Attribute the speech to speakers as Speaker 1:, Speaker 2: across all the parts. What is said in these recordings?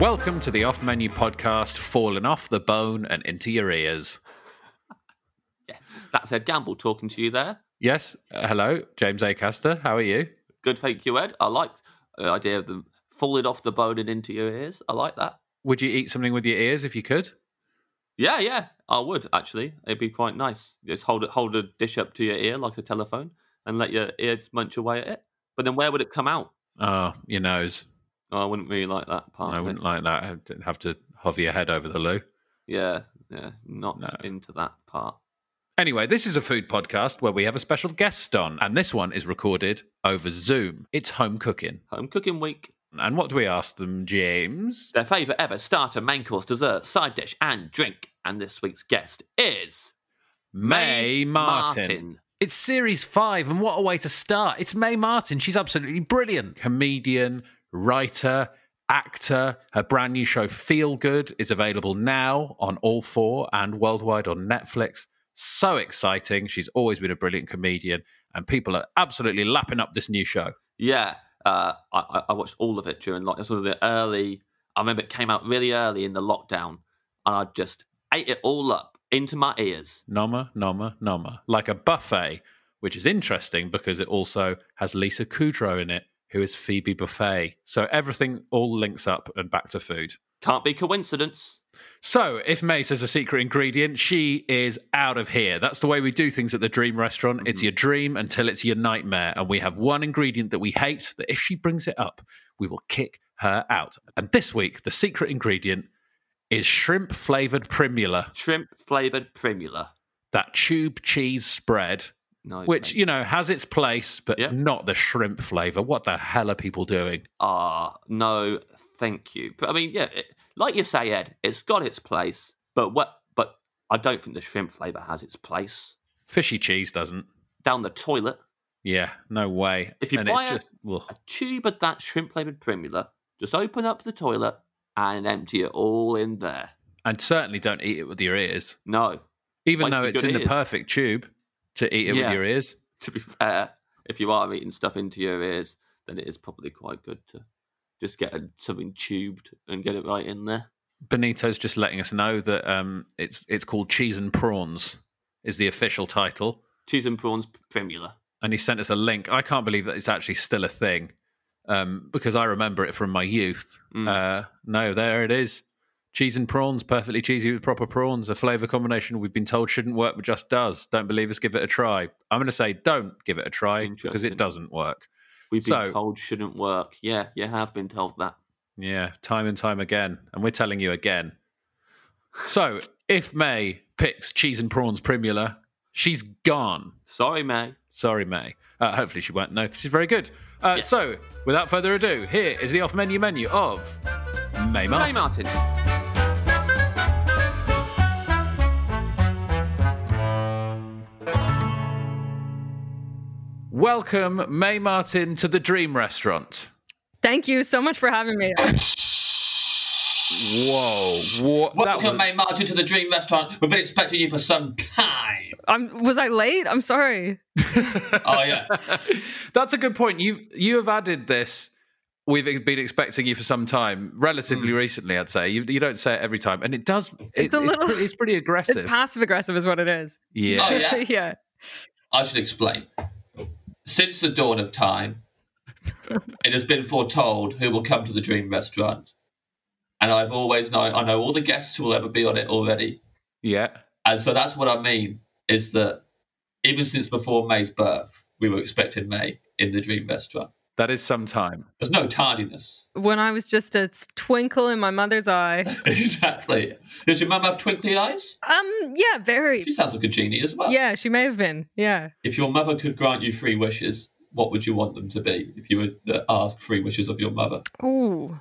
Speaker 1: Welcome to the Off Menu Podcast, falling off the bone and into your ears.
Speaker 2: Yes, that's Ed Gamble talking to you there.
Speaker 1: Yes, uh, hello, James Acaster. How are you?
Speaker 2: Good, thank you, Ed. I like the idea of them falling off the bone and into your ears. I like that.
Speaker 1: Would you eat something with your ears if you could?
Speaker 2: Yeah, yeah, I would actually. It'd be quite nice. Just hold it, hold a dish up to your ear like a telephone, and let your ears munch away at it. But then where would it come out?
Speaker 1: Oh, your nose.
Speaker 2: Oh, I wouldn't really like that part.
Speaker 1: I
Speaker 2: of it.
Speaker 1: wouldn't like that. I'd have to hover your head over the loo.
Speaker 2: Yeah, yeah, not
Speaker 1: No.
Speaker 2: into that part.
Speaker 1: Anyway, this is a food podcast where we have a special guest on, and this one is recorded over Zoom. It's home cooking.
Speaker 2: Home cooking week.
Speaker 1: And what do we ask them, James?
Speaker 2: Their favourite ever starter, main course, dessert, side dish, and drink. And this week's guest is
Speaker 1: May Martin. It's series five, and what a way to start! It's Mae Martin. She's absolutely brilliant. Comedian, writer, actor. Her brand new show, Feel Good, is available now on All Four and worldwide on Netflix. So exciting. She's always been a brilliant comedian, and people are absolutely lapping up this new show.
Speaker 2: Yeah, uh, I- I, I watched all of it during lockdown. Sort of the early. I remember it came out really early in the lockdown, and I just ate it all up into my ears.
Speaker 1: Noma, Noma, Noma. Like a buffet, which is interesting because it also has Lisa Kudrow in it, who is Phoebe Buffet. So everything all links up and back to food.
Speaker 2: Can't be coincidence.
Speaker 1: So, if May says a secret ingredient, she is out of here. That's the way we do things at the Dream Restaurant. It's
Speaker 2: Mm-hmm.
Speaker 1: your dream until it's your nightmare. And we have one ingredient that we hate that if she brings it up, we will kick her out. And this week, the secret ingredient is shrimp flavored primula,
Speaker 2: Shrimp flavored primula.
Speaker 1: that tube cheese spread,
Speaker 2: No,
Speaker 1: which, you know, has its place, but
Speaker 2: Yeah.
Speaker 1: not the shrimp flavor. What the hell are people doing?
Speaker 2: ah, no, thank you. But I mean, yeah, it, like you say, Ed, it's got its place, but what? But I don't think the shrimp flavor has its place
Speaker 1: Fishy cheese doesn't.
Speaker 2: down the toilet.
Speaker 1: Yeah, no way.
Speaker 2: If you
Speaker 1: and
Speaker 2: buy
Speaker 1: it's
Speaker 2: a-
Speaker 1: just, ugh.
Speaker 2: a tube of that shrimp flavored primula, just open up the toilet and empty it all in there.
Speaker 1: and certainly don't eat it with your ears.
Speaker 2: No,
Speaker 1: even
Speaker 2: Might
Speaker 1: though
Speaker 2: be
Speaker 1: it's
Speaker 2: good
Speaker 1: in the
Speaker 2: ears.
Speaker 1: perfect tube to eat it
Speaker 2: Yeah.
Speaker 1: with your ears.
Speaker 2: to be fair, if you are eating stuff into your ears, then it is probably quite good to just get a, something tubed and get it right in there.
Speaker 1: Benito's just letting us know that um, it's it's called cheese and prawns is the official title,
Speaker 2: Cheese and prawns primula.
Speaker 1: and he sent us a link. I can't believe that it's actually still a thing um, because I remember it from my youth.
Speaker 2: Mm.
Speaker 1: Uh, no, there it is. Cheese and prawns, perfectly cheesy with proper prawns, a flavour combination we've been told shouldn't work but just does. Don't believe us, give it a try. I'm going to say don't give it a try because
Speaker 2: Interesting.
Speaker 1: it doesn't work.
Speaker 2: We've been
Speaker 1: So-
Speaker 2: told shouldn't work. Yeah, you have been told that.
Speaker 1: Yeah, time and time again. And we're telling you again. So, if May picks cheese and prawns primula, She's gone.
Speaker 2: Sorry, May.
Speaker 1: Sorry, May. Uh, hopefully she won't know 'cause she's very good. Uh, So, without further ado, here is the off menu menu of May
Speaker 2: May
Speaker 1: Martin.
Speaker 2: Martin.
Speaker 1: Welcome, May Martin, to the Dream Restaurant.
Speaker 3: Thank you so much for having me.
Speaker 1: Whoa. What? that
Speaker 2: Welcome,
Speaker 1: was-
Speaker 2: May Martin, to the Dream Restaurant. We've been expecting you for some time.
Speaker 3: I'm, was I late? I'm sorry.
Speaker 2: Oh yeah,
Speaker 1: That's a good point. You you have added this. We've been expecting you for some time, relatively recently, I'd say. You, you don't say it every time, and it does. It, it's,
Speaker 3: Hmm. a little-
Speaker 1: pretty, it's pretty aggressive.
Speaker 3: It's passive aggressive, is what it is.
Speaker 1: yeah.
Speaker 2: Oh, yeah?
Speaker 3: yeah.
Speaker 2: I should explain. Since the dawn of time, it has been foretold who will come to the Dream Restaurant, and I've always known. I know all the guests who will ever be on it already,
Speaker 1: yeah,
Speaker 2: and so that's what I mean is that even since before May's birth, we were expecting May in the Dream Restaurant.
Speaker 1: that is some time.
Speaker 2: There's no tardiness.
Speaker 3: When I was just a twinkle in my mother's eye.
Speaker 2: exactly. Does your mum have twinkly eyes?
Speaker 3: Um, yeah, very.
Speaker 2: She sounds like a genie as well.
Speaker 3: Yeah, she may have been. Yeah.
Speaker 2: If your mother could grant you three wishes, what would you want them to be? If you were to ask three wishes of your mother,
Speaker 3: Ooh.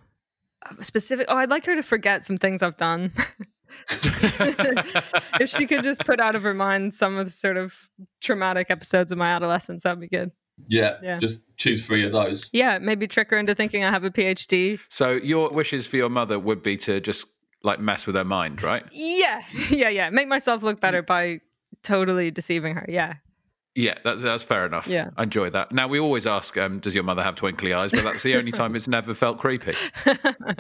Speaker 3: Uh, Specific. Oh, I'd like her to forget some things I've done. if she could just put out of her mind some of the sort of traumatic episodes of my adolescence, that'd be good.
Speaker 2: yeah,
Speaker 3: Yeah.
Speaker 2: just choose three of those.
Speaker 3: Yeah, maybe trick her into thinking I have a PhD.
Speaker 1: So your wishes for your mother would be to just like mess with her mind, right?
Speaker 3: Yeah, yeah, yeah. Make myself look better by totally deceiving her. Yeah.
Speaker 1: Yeah, that, that's fair enough.
Speaker 3: Yeah.
Speaker 1: I enjoy that. Now we always ask, um, does your mother have twinkly eyes? But that's the only time it's never felt creepy.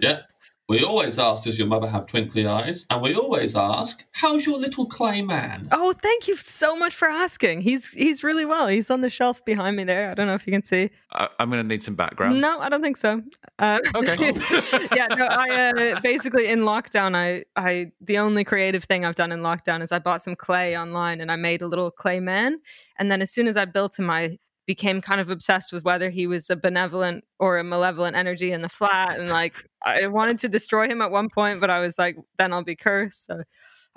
Speaker 2: Yeah. We always ask, does your mother have twinkly eyes? And we always ask, how's your little clay man?
Speaker 3: Oh, thank you so much for asking. He's he's really well. He's on the shelf behind me there. I don't know if you can see.
Speaker 1: I, I'm going to need some background.
Speaker 3: No, I don't think so. Uh,
Speaker 1: Okay.
Speaker 3: yeah, no. I uh, basically in lockdown, I I the only creative thing I've done in lockdown is I bought some clay online and I made a little clay man. And then as soon as I built him, I became kind of obsessed with whether he was a benevolent or a malevolent energy in the flat. And like I wanted to destroy him at one point, but I was like, then I'll be cursed. So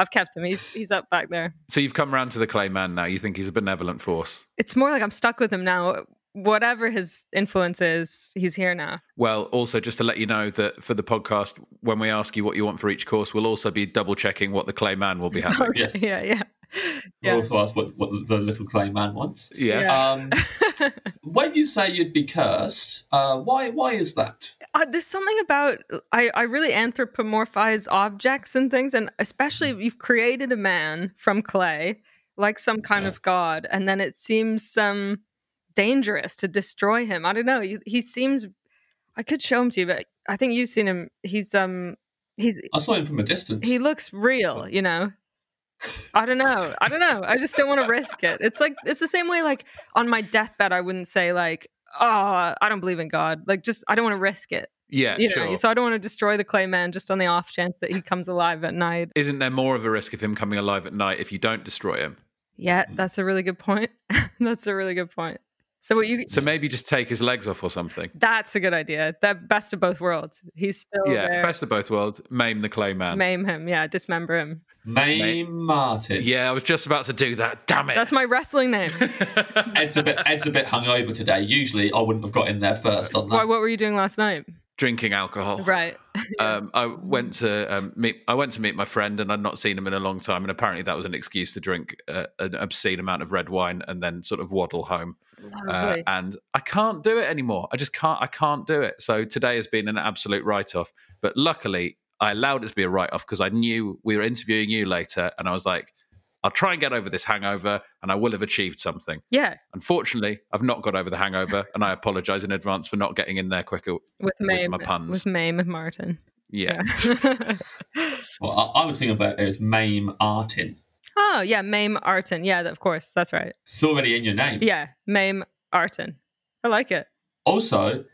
Speaker 3: I've kept him. He's he's up back there.
Speaker 1: So you've come round to the clay man now. You think he's a benevolent force.
Speaker 3: It's more like I'm stuck with him now. Whatever his influence is, he's here now.
Speaker 1: Well, also just to let you know that for the podcast, when we ask you what you want for each course, we'll also be double checking what the clay man will be having.
Speaker 2: Yes.
Speaker 3: Yeah, yeah.
Speaker 2: We
Speaker 3: Yeah.
Speaker 2: also ask what, what the little clay man wants.
Speaker 1: yeah.
Speaker 3: Yeah.
Speaker 2: Um, when you say you'd be cursed, uh, why why is that?
Speaker 3: uh, there's something about uh, I, I really anthropomorphize objects and things and especially if you've created a man from clay like some kind
Speaker 2: Yeah.
Speaker 3: of god and then it seems um dangerous to destroy him i don't know he, he seems i could show him to you but i think you've seen him he's um he's
Speaker 2: I saw him from a distance.
Speaker 3: he looks real you know i don't know i don't know i just don't want to risk it it's like it's the same way like on my deathbed i wouldn't say like oh i don't believe in god like just i don't want to risk it
Speaker 1: Yeah,
Speaker 3: you know,
Speaker 1: sure.
Speaker 3: so I don't want to destroy the clay man just on the off chance that he comes alive at night.
Speaker 1: Isn't there more of a risk of him coming alive at night if you don't destroy him?
Speaker 3: Yeah, that's a really good point. that's a really good point. So what you
Speaker 1: So maybe just take his legs off or something.
Speaker 3: that's a good idea. That best of both worlds. He's still
Speaker 1: yeah,
Speaker 3: there.
Speaker 1: best of both worlds. Maim the clay man.
Speaker 3: Maim him, yeah, dismember him.
Speaker 2: May Martin.
Speaker 1: Yeah, I was just about to do that. Damn it.
Speaker 3: That's my wrestling name.
Speaker 2: Ed's a bit Ed's a bit hungover today. Usually I wouldn't have got in there first on
Speaker 3: Why,
Speaker 2: that.
Speaker 3: what were you doing last night?
Speaker 1: Drinking alcohol.
Speaker 3: Right.
Speaker 1: Um, I went to um, meet. I went to meet my friend, and I'd not seen him in a long time. And apparently, that was an excuse to drink uh, an obscene amount of red wine and then sort of waddle home. Uh,
Speaker 3: Lovely.
Speaker 1: and I can't do it anymore. I just can't. I can't do it. So today has been an absolute write-off. But luckily, I allowed it to be a write-off because I knew we were interviewing you later, and I was like, I'll try and get over this hangover, and I will have achieved something.
Speaker 3: yeah,
Speaker 1: Unfortunately, I've not got over the hangover, and I apologise in advance for not getting in there quicker.
Speaker 3: with Maim.
Speaker 1: my puns.
Speaker 3: With Maim and Martin.
Speaker 1: Yeah.
Speaker 2: Well, I, I was thinking about it as Mame Martin.
Speaker 3: oh, yeah, Maim Artin. Yeah, of course. That's right.
Speaker 2: It's already in your name.
Speaker 3: Yeah, Maim Artin. I like it.
Speaker 2: Also,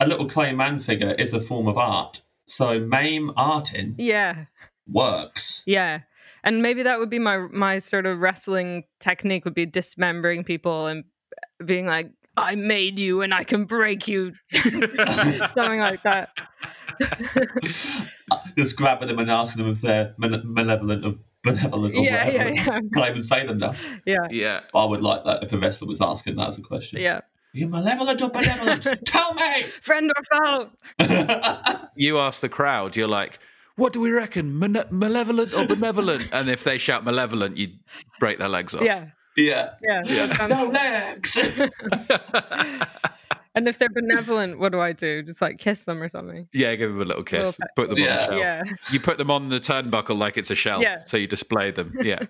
Speaker 2: a little clay man figure is a form of art. So Mame Artin
Speaker 3: Yeah.
Speaker 2: works.
Speaker 3: Yeah. And maybe that would be my my sort of wrestling technique would be dismembering people and being like, I made you and I can break you. Something like that.
Speaker 2: Just grabbing them and asking them if they're male- malevolent or benevolent or
Speaker 3: Yeah,
Speaker 2: whatever.
Speaker 3: yeah, yeah.
Speaker 2: Can I even say them now?
Speaker 3: Yeah.
Speaker 1: Yeah.
Speaker 2: I would like that if a wrestler was asking that as a question.
Speaker 3: Yeah.
Speaker 2: Are you malevolent or benevolent? Tell me!
Speaker 3: Friend or foe?
Speaker 1: You ask the crowd, you're like, what do we reckon? Mane- malevolent or benevolent? And if they shout malevolent, you break their legs off.
Speaker 3: Yeah.
Speaker 2: yeah.
Speaker 3: Yeah. Um,
Speaker 2: No legs!
Speaker 3: And if they're benevolent, what do I do? Just like kiss them or something.
Speaker 1: Yeah, give them a little kiss.
Speaker 3: Little
Speaker 1: put them on the
Speaker 2: Yeah.
Speaker 1: shelf.
Speaker 3: Yeah.
Speaker 1: You put them on the turnbuckle like it's a shelf.
Speaker 3: Yeah.
Speaker 1: So you display them. Yeah.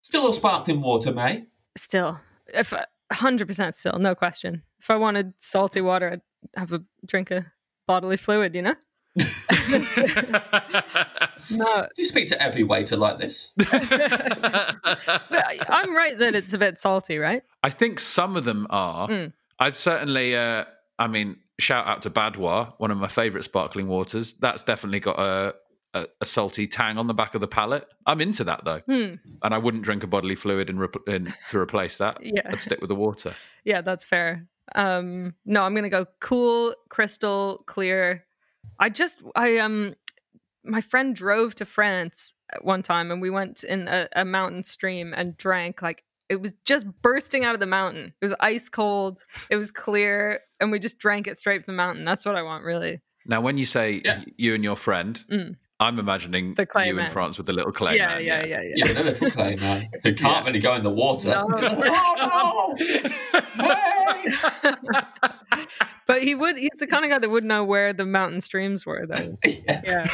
Speaker 2: Still all sparkling water, mate.
Speaker 3: Still, if uh, hundred percent still, no question. If I wanted salty water, I'd have a drink of bodily fluid. You know. No,
Speaker 2: Do you speak to every waiter like this?
Speaker 3: but I- I'm right that it's a bit salty, right?
Speaker 1: I think some of them are.
Speaker 3: Mm.
Speaker 1: I've certainly, uh, I mean, shout out to Badwa, one of my favorite sparkling waters. That's definitely got a, a, a salty tang on the back of the palate. I'm into that though,
Speaker 3: Hmm.
Speaker 1: and I wouldn't drink a bodily fluid in, repl in to replace that.
Speaker 3: Yeah.
Speaker 1: I'd stick with the water.
Speaker 3: Yeah, that's fair. Um, no, I'm gonna go cool, crystal clear. I just I um my friend drove to France at one time and we went in a, a mountain stream and drank like it was just bursting out of the mountain. It was ice cold, it was clear, and we just drank it straight from the mountain. That's what I want really.
Speaker 1: Now, when you say
Speaker 2: Yeah.
Speaker 1: you and your friend,
Speaker 3: Mm.
Speaker 1: I'm imagining
Speaker 3: The clay
Speaker 1: you
Speaker 3: man.
Speaker 1: in France with the little clay
Speaker 3: yeah,
Speaker 1: man.
Speaker 3: yeah, yeah, yeah,
Speaker 2: Yeah, the little clay man who can't really go in the water.
Speaker 3: No.
Speaker 2: oh, no! Hey!
Speaker 3: but he would he's the kind of guy that would know where the mountain streams were though. yeah.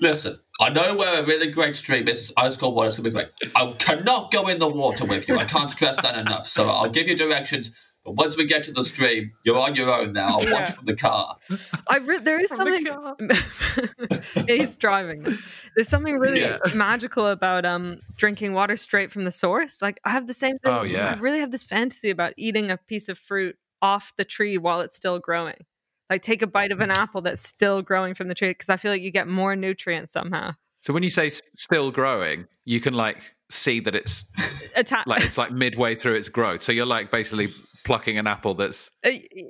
Speaker 2: Listen, I know we're a really great stream is. I just got what it's going to be great. I cannot go in the water with you. I can't stress that enough. So I'll give you directions. But once we get to the stream, you're on your own now. I'll
Speaker 3: Yeah.
Speaker 2: watch from the car.
Speaker 3: I re- there is
Speaker 1: From the
Speaker 3: something. Yeah, he's driving. There's something really
Speaker 2: Yeah.
Speaker 3: magical about um drinking water straight from the source. Like I have the same thing.
Speaker 1: Oh, yeah.
Speaker 3: I really have this fantasy about eating a piece of fruit off the tree while it's still growing. Like take a bite of an apple that's still growing from the tree because I feel like you get more nutrients somehow.
Speaker 1: So when you say s- still growing, you can like see that it's
Speaker 3: Attack.
Speaker 1: like it's like midway through its growth. So you're like basically plucking an apple that's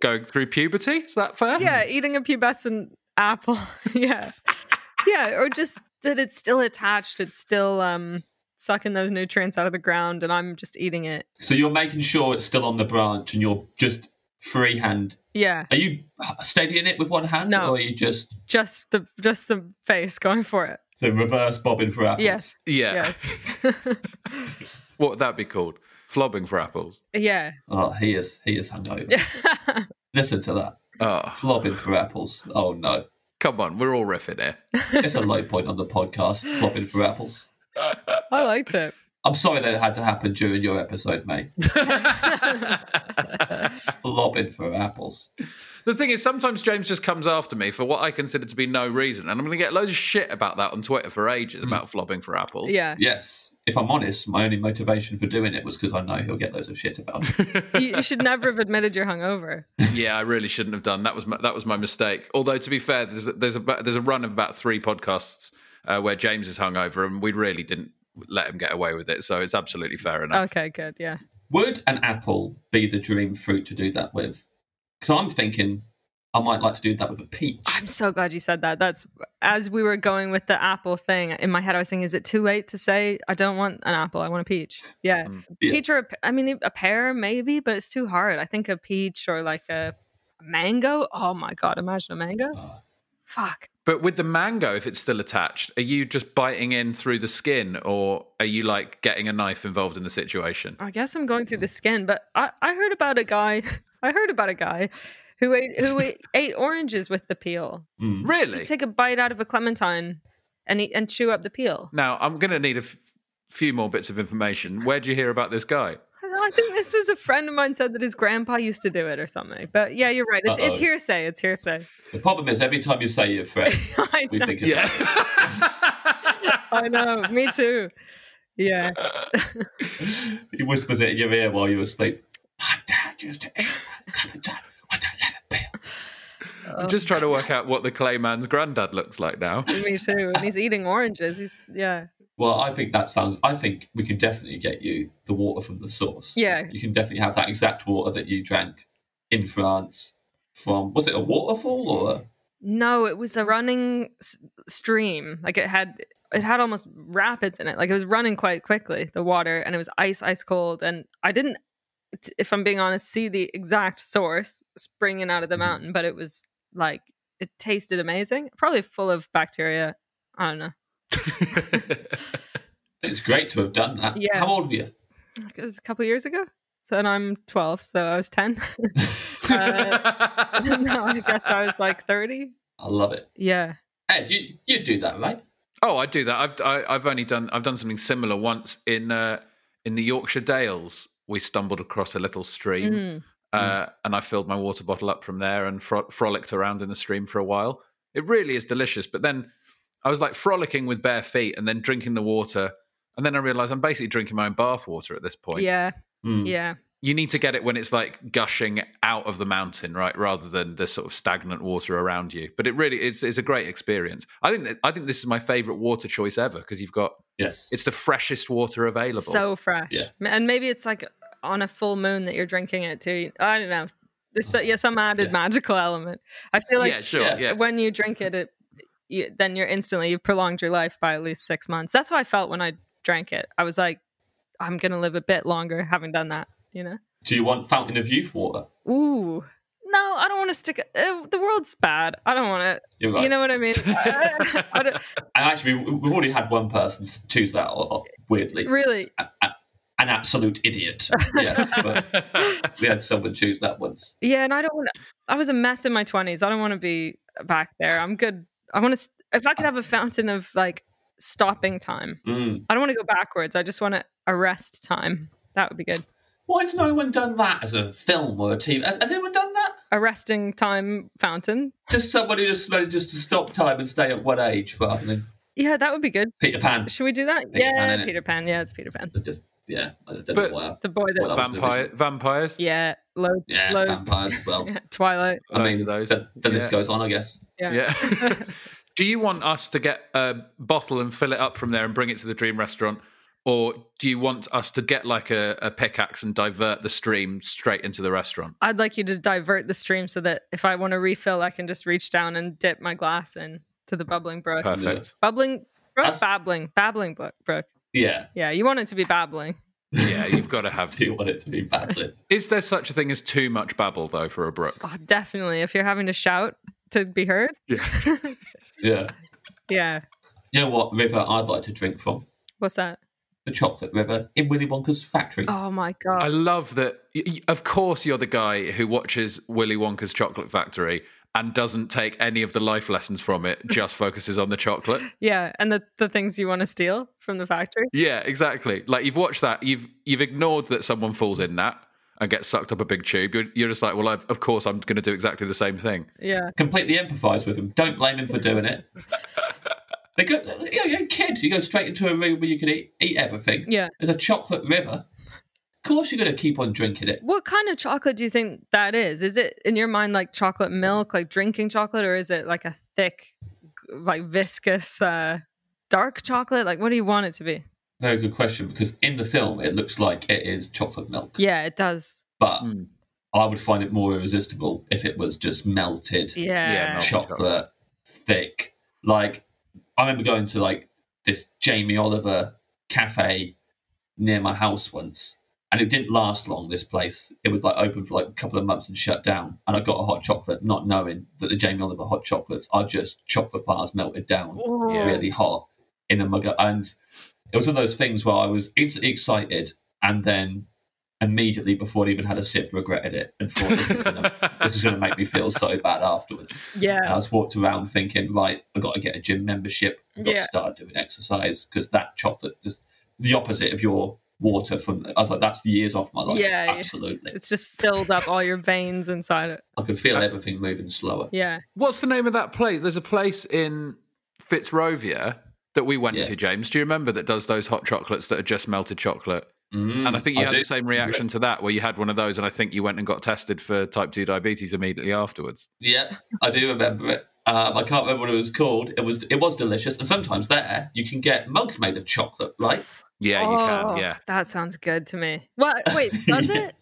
Speaker 1: going through puberty. Is that fair?
Speaker 3: uh, yeah, eating a pubescent apple. yeah. Yeah, or just that it's still attached, it's still um sucking those nutrients out of the ground and I'm just eating it.
Speaker 2: So you're making sure it's still on the branch and you're just freehand.
Speaker 3: Yeah,
Speaker 2: Are you steadying it with one hand?
Speaker 3: No.
Speaker 2: Or are you just
Speaker 3: just the just the face going for it.
Speaker 2: the reverse bobbing for apples?
Speaker 3: Yes.
Speaker 1: Yeah.
Speaker 3: Yeah.
Speaker 1: What would that be called? Flobbing for apples.
Speaker 3: Yeah.
Speaker 2: Oh, he is, he is hungover. Listen to that.
Speaker 1: Oh,
Speaker 2: Flopping for apples. Oh, no.
Speaker 1: come on. We're all riffing here.
Speaker 2: It's a low point on the podcast, flopping for apples.
Speaker 3: I liked it.
Speaker 2: I'm sorry that it had to happen during your episode, mate. Flopping for apples.
Speaker 1: The thing is, sometimes James just comes after me for what I consider to be no reason. And I'm going to get loads of shit about that on Twitter for ages about flobbing for apples.
Speaker 3: Mm. Yeah.
Speaker 2: Yes. If I'm honest, my only motivation for doing it was because I know he'll get loads of shit about it.
Speaker 3: You, you should never have admitted you're hungover.
Speaker 1: Yeah, I really shouldn't have done that. Was my, that was my mistake. Although to be fair, there's there's a there's a run of about three podcasts uh, where James is hungover, and we really didn't let him get away with it. So it's absolutely fair enough.
Speaker 3: Okay, good. Yeah.
Speaker 2: Would an apple be the dream fruit to do that with? Because I'm thinking I might like to do that with a peach.
Speaker 3: I'm so glad you said that. That's as we were going with the apple thing in my head. I was thinking, is it too late to say I don't want an apple? I want a peach. Mm. Yeah,
Speaker 2: Yeah.
Speaker 3: peach or a, pe- I mean a pear maybe, but it's too hard. I think a peach or like a mango. Oh my god, imagine a mango. Fuck.
Speaker 1: But with the mango, if it's still attached, are you just biting in through the skin, or are you like getting a knife involved in the situation?
Speaker 3: I guess I'm going
Speaker 2: Mm.
Speaker 3: through the skin, but I, I heard about a guy. I heard about a guy who ate who ate, ate oranges with the peel.
Speaker 1: Really?
Speaker 3: Take a bite out of a clementine and eat, and chew up the
Speaker 2: Mm.
Speaker 3: peel.
Speaker 1: now I'm going to need a f- few more bits of information. Where do you hear about this guy?
Speaker 3: I don't know, I think this was a friend of mine said that his grandpa used to do it or something. But yeah, you're right. It's, it's
Speaker 2: Uh-oh.
Speaker 3: hearsay. It's hearsay.
Speaker 2: The problem is every time you say you're fresh,
Speaker 3: I
Speaker 2: we
Speaker 3: know.
Speaker 2: think of
Speaker 1: Yeah.
Speaker 3: I know. Me too. Yeah.
Speaker 2: He whispers it in your ear while you're asleep. My dad used to eat clementine with a lemon peel.
Speaker 1: I'm just trying to work out what the clay man's granddad looks like now.
Speaker 3: Me too. And he's eating oranges. He's yeah.
Speaker 2: Well, I think that sounds. I think we can definitely get you the water from the source.
Speaker 3: Yeah.
Speaker 2: you can definitely have that exact water that you drank in France from. Was it a waterfall or? A,
Speaker 3: No, it was a running s- stream. Like it had it had almost rapids in it. Like it was running quite quickly, the water, and it was ice ice cold and I didn't t- if I'm being honest see the exact source springing out of the mountain, but it was like it tasted amazing. Probably full of bacteria. I don't know.
Speaker 2: It's great to have done that.
Speaker 3: Yeah.
Speaker 2: How old were you?
Speaker 3: Like, It was a couple years ago. So and I'm 12, so I was 10. uh, no, I guess I was like 30.
Speaker 2: I love it.
Speaker 3: Yeah.
Speaker 2: Ed, you you do that, right?
Speaker 1: Oh, I do that. I've I, I've only done I've done something similar once in uh, in the Yorkshire Dales. We stumbled across a little stream,
Speaker 3: Mhm.
Speaker 1: uh, and I filled my water bottle up from there and fro- frolicked around in the stream for a while. It really is delicious. But then I was like frolicking with bare feet and then drinking the water, and then I realised I'm basically drinking my own bath water at this point.
Speaker 3: Yeah.
Speaker 2: Hmm.
Speaker 3: Yeah.
Speaker 1: You need to get it when it's like gushing out of the mountain, right? Rather than the sort of stagnant water around you. But it really is it's a great experience. I think that- I think this is my favorite water choice ever because you've got
Speaker 2: Yes.
Speaker 1: it's the freshest water available.
Speaker 3: So fresh.
Speaker 2: Yeah.
Speaker 3: M- And maybe it's like on a full moon that you're drinking it too. I don't know. There's so, yeah, some added
Speaker 2: Yeah.
Speaker 3: magical element. I feel
Speaker 1: yeah,
Speaker 3: like
Speaker 1: sure.
Speaker 2: Yeah.
Speaker 1: Yeah.
Speaker 3: when you drink it, it you, then you're instantly you've prolonged your life by at least six months. That's how I felt when I drank it. I was like, I'm gonna live a bit longer having done that. You know.
Speaker 2: Do you want fountain of youth water?
Speaker 3: Ooh. No, I don't want to stick. Uh, the world's bad. I don't want
Speaker 2: You're
Speaker 3: to.
Speaker 2: right.
Speaker 3: You know what I mean? I, don't,
Speaker 2: and actually, we- we've already had one person s- choose that o- o- weirdly.
Speaker 3: really.
Speaker 2: A- a- an absolute idiot. Yes, but we had someone choose that once.
Speaker 3: Yeah, and I don't want. I was a mess in my twenties. I don't want to be back there. I'm good. I want to. If I could have a fountain of like stopping time,
Speaker 2: Mm.
Speaker 3: I don't want to go backwards. I just want to arrest time. That would be good.
Speaker 2: Why has no one done that as a film or a TV? Has, has anyone done that?
Speaker 3: Arresting time fountain.
Speaker 2: Just somebody just managed just to stop time and stay at one age rather than
Speaker 3: Yeah, that would be good.
Speaker 2: Peter Pan.
Speaker 3: Should we do that?
Speaker 2: Peter
Speaker 3: yeah,
Speaker 2: Pan, innit?
Speaker 3: Peter Pan. Yeah, it's Peter Pan.
Speaker 2: But Just yeah, I don't
Speaker 1: But-
Speaker 2: know why. I-
Speaker 3: The boy that.
Speaker 2: Well, that was the
Speaker 1: Vampire
Speaker 2: original.
Speaker 1: vampires.
Speaker 3: yeah, load.
Speaker 2: Yeah,
Speaker 3: load.
Speaker 2: vampires as well.
Speaker 3: Twilight.
Speaker 2: I
Speaker 1: Loads
Speaker 2: mean,
Speaker 1: of those.
Speaker 2: the, the list
Speaker 1: Yeah.
Speaker 2: goes on, I guess.
Speaker 3: Yeah.
Speaker 1: Yeah. Do you want us to get a bottle and fill it up from there and bring it to the dream restaurant? Or do you want us to get like a, a pickaxe and divert the stream straight into the restaurant?
Speaker 3: I'd like you to divert the stream so that if I want to refill, I can just reach down and dip my glass in to the bubbling brook.
Speaker 1: Perfect.
Speaker 3: Bubbling brook,
Speaker 2: That's-
Speaker 3: babbling, babbling brook, brook.
Speaker 2: Yeah,
Speaker 3: Yeah, you want it to be babbling.
Speaker 1: Yeah, you've got to have.
Speaker 2: do you want it to be badly?
Speaker 1: Is there such a thing as too much babble though for a brook?
Speaker 3: Oh, definitely. If you're having to shout to be heard,
Speaker 1: Yeah.
Speaker 2: yeah.
Speaker 3: yeah.
Speaker 2: You know what river I'd like to drink from?
Speaker 3: What's that?
Speaker 2: The chocolate river in Willy Wonka's factory.
Speaker 3: Oh my
Speaker 1: I
Speaker 3: god.
Speaker 1: love that. y- y- Of course, you're the guy who watches Willy Wonka's Chocolate Factory and doesn't take any of the life lessons from it, just focuses on the chocolate.
Speaker 3: Yeah, and the the things you want to steal from the factory.
Speaker 1: Yeah, exactly. Like you've watched that, you've you've ignored that someone falls in that and gets sucked up a big tube. You're, you're just like, well, I've, of course, I'm going to do exactly the same thing.
Speaker 3: Yeah.
Speaker 2: Completely empathise with him. Don't blame him for doing it. they go, you know, you're a kid. You go straight into a room where you can eat, eat everything.
Speaker 3: Yeah.
Speaker 2: There's a chocolate river. Of course, you're going to keep on drinking it.
Speaker 3: What kind of chocolate do you think that is? Is it in your mind like chocolate milk, like drinking chocolate or is it like a thick like viscous uh dark chocolate? Like what do you want it to be?
Speaker 2: Very good question because in the film it looks like it is chocolate milk,
Speaker 3: Yeah, Hmm. it does.
Speaker 2: but
Speaker 1: Mm.
Speaker 2: I would find it more irresistible if it was just melted.
Speaker 3: Yeah.
Speaker 1: Yeah, no.
Speaker 2: chocolate, thick. Like I remember going to like this Jamie Oliver cafe near my house once, and it didn't last long. This place it was like open for like a couple of months and shut down. And I got a hot chocolate, not knowing that the Jamie Oliver hot chocolates are just chocolate bars melted down
Speaker 3: Whoa.
Speaker 1: Yeah.
Speaker 2: really hot in a mug. And it was one of those things where I was instantly excited and then immediately before I even had a sip regretted it and thought this is gonna this is gonna make me feel so bad afterwards. And I
Speaker 3: Yeah.
Speaker 2: was walked around thinking, right, I've got to get a gym membership. I've got
Speaker 3: Yeah.
Speaker 2: to start doing exercise because that chocolate, just the opposite of your water from, I was like, that's years off my life.
Speaker 3: Yeah, yeah.
Speaker 2: Absolutely.
Speaker 3: It's just filled up all your veins inside it.
Speaker 2: I could feel everything moving slower.
Speaker 3: Yeah.
Speaker 1: What's the name of that place? There's a place in Fitzrovia that we went
Speaker 2: Yeah.
Speaker 1: to, James. Do you remember that does those hot chocolates that are just melted chocolate?
Speaker 2: Mm,
Speaker 1: And I think you had
Speaker 2: do.
Speaker 1: the same reaction to that, where you had one of those, and I think you went and got tested for type 2 diabetes immediately afterwards.
Speaker 2: Yeah, I do remember it. Um, I can't remember what it was called. It was it was delicious, and sometimes there you can get mugs made of chocolate, right?
Speaker 1: Yeah, you
Speaker 3: Oh.
Speaker 1: can. Yeah.
Speaker 3: That sounds good to me. Well, wait, does it?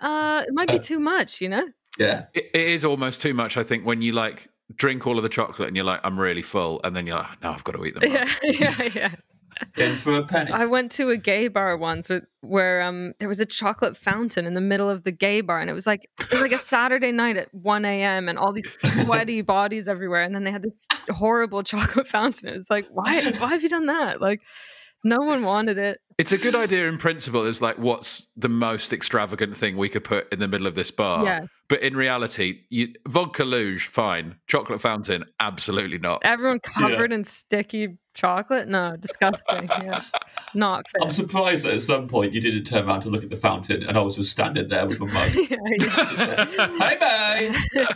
Speaker 3: Uh, it might be too much, you know?
Speaker 2: Yeah,
Speaker 1: It, it is almost too much, I think, when you like drink all of the chocolate and you're like, I'm really full. And then you're like, no, I've got to eat them.
Speaker 3: yeah, yeah, yeah.
Speaker 2: In for a penny.
Speaker 3: I went to a gay bar once with, where um there was a chocolate fountain in the middle of the gay bar, and it was like it was like a Saturday night at one a.m. and all these sweaty bodies everywhere, and then they had this horrible chocolate fountain. It was like why why have you done that? Like no one wanted it.
Speaker 1: It's a good idea in principle. It's like, what's the most extravagant thing we could put in the middle of this bar?
Speaker 3: Yeah.
Speaker 1: But in reality, you, vodka luge, fine. Chocolate fountain, absolutely not.
Speaker 3: Everyone covered in sticky chocolate. No, disgusting. Yeah, not
Speaker 2: I'm
Speaker 3: fair.
Speaker 2: surprised that at some point you didn't turn around to look at the fountain and I was just standing there with a mug.
Speaker 3: Yeah, yeah.
Speaker 2: hey,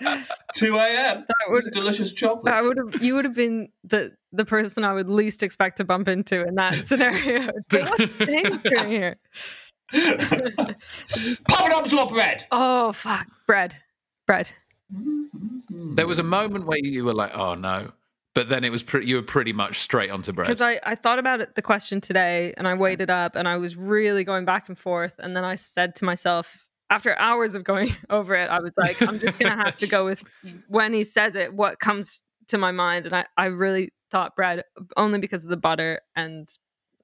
Speaker 2: babe! 2 a.m. That was
Speaker 3: would-
Speaker 2: delicious chocolate.
Speaker 3: I would have. You would have been the the person I would least expect to bump into in that scenario. What's Dave doing here?
Speaker 2: Pop it onto a bread!
Speaker 3: Oh fuck, bread, bread.
Speaker 1: There was a moment where you were like, oh no. But then it was pretty, you were pretty much straight onto bread.
Speaker 3: Because I, I thought about it, the question today and I weighed it up and I was really going back and forth. And then I said to myself, after hours of going over it, I was like, I'm just going to have to go with when he says it, what comes to my mind. And I, I really thought bread only because of the butter and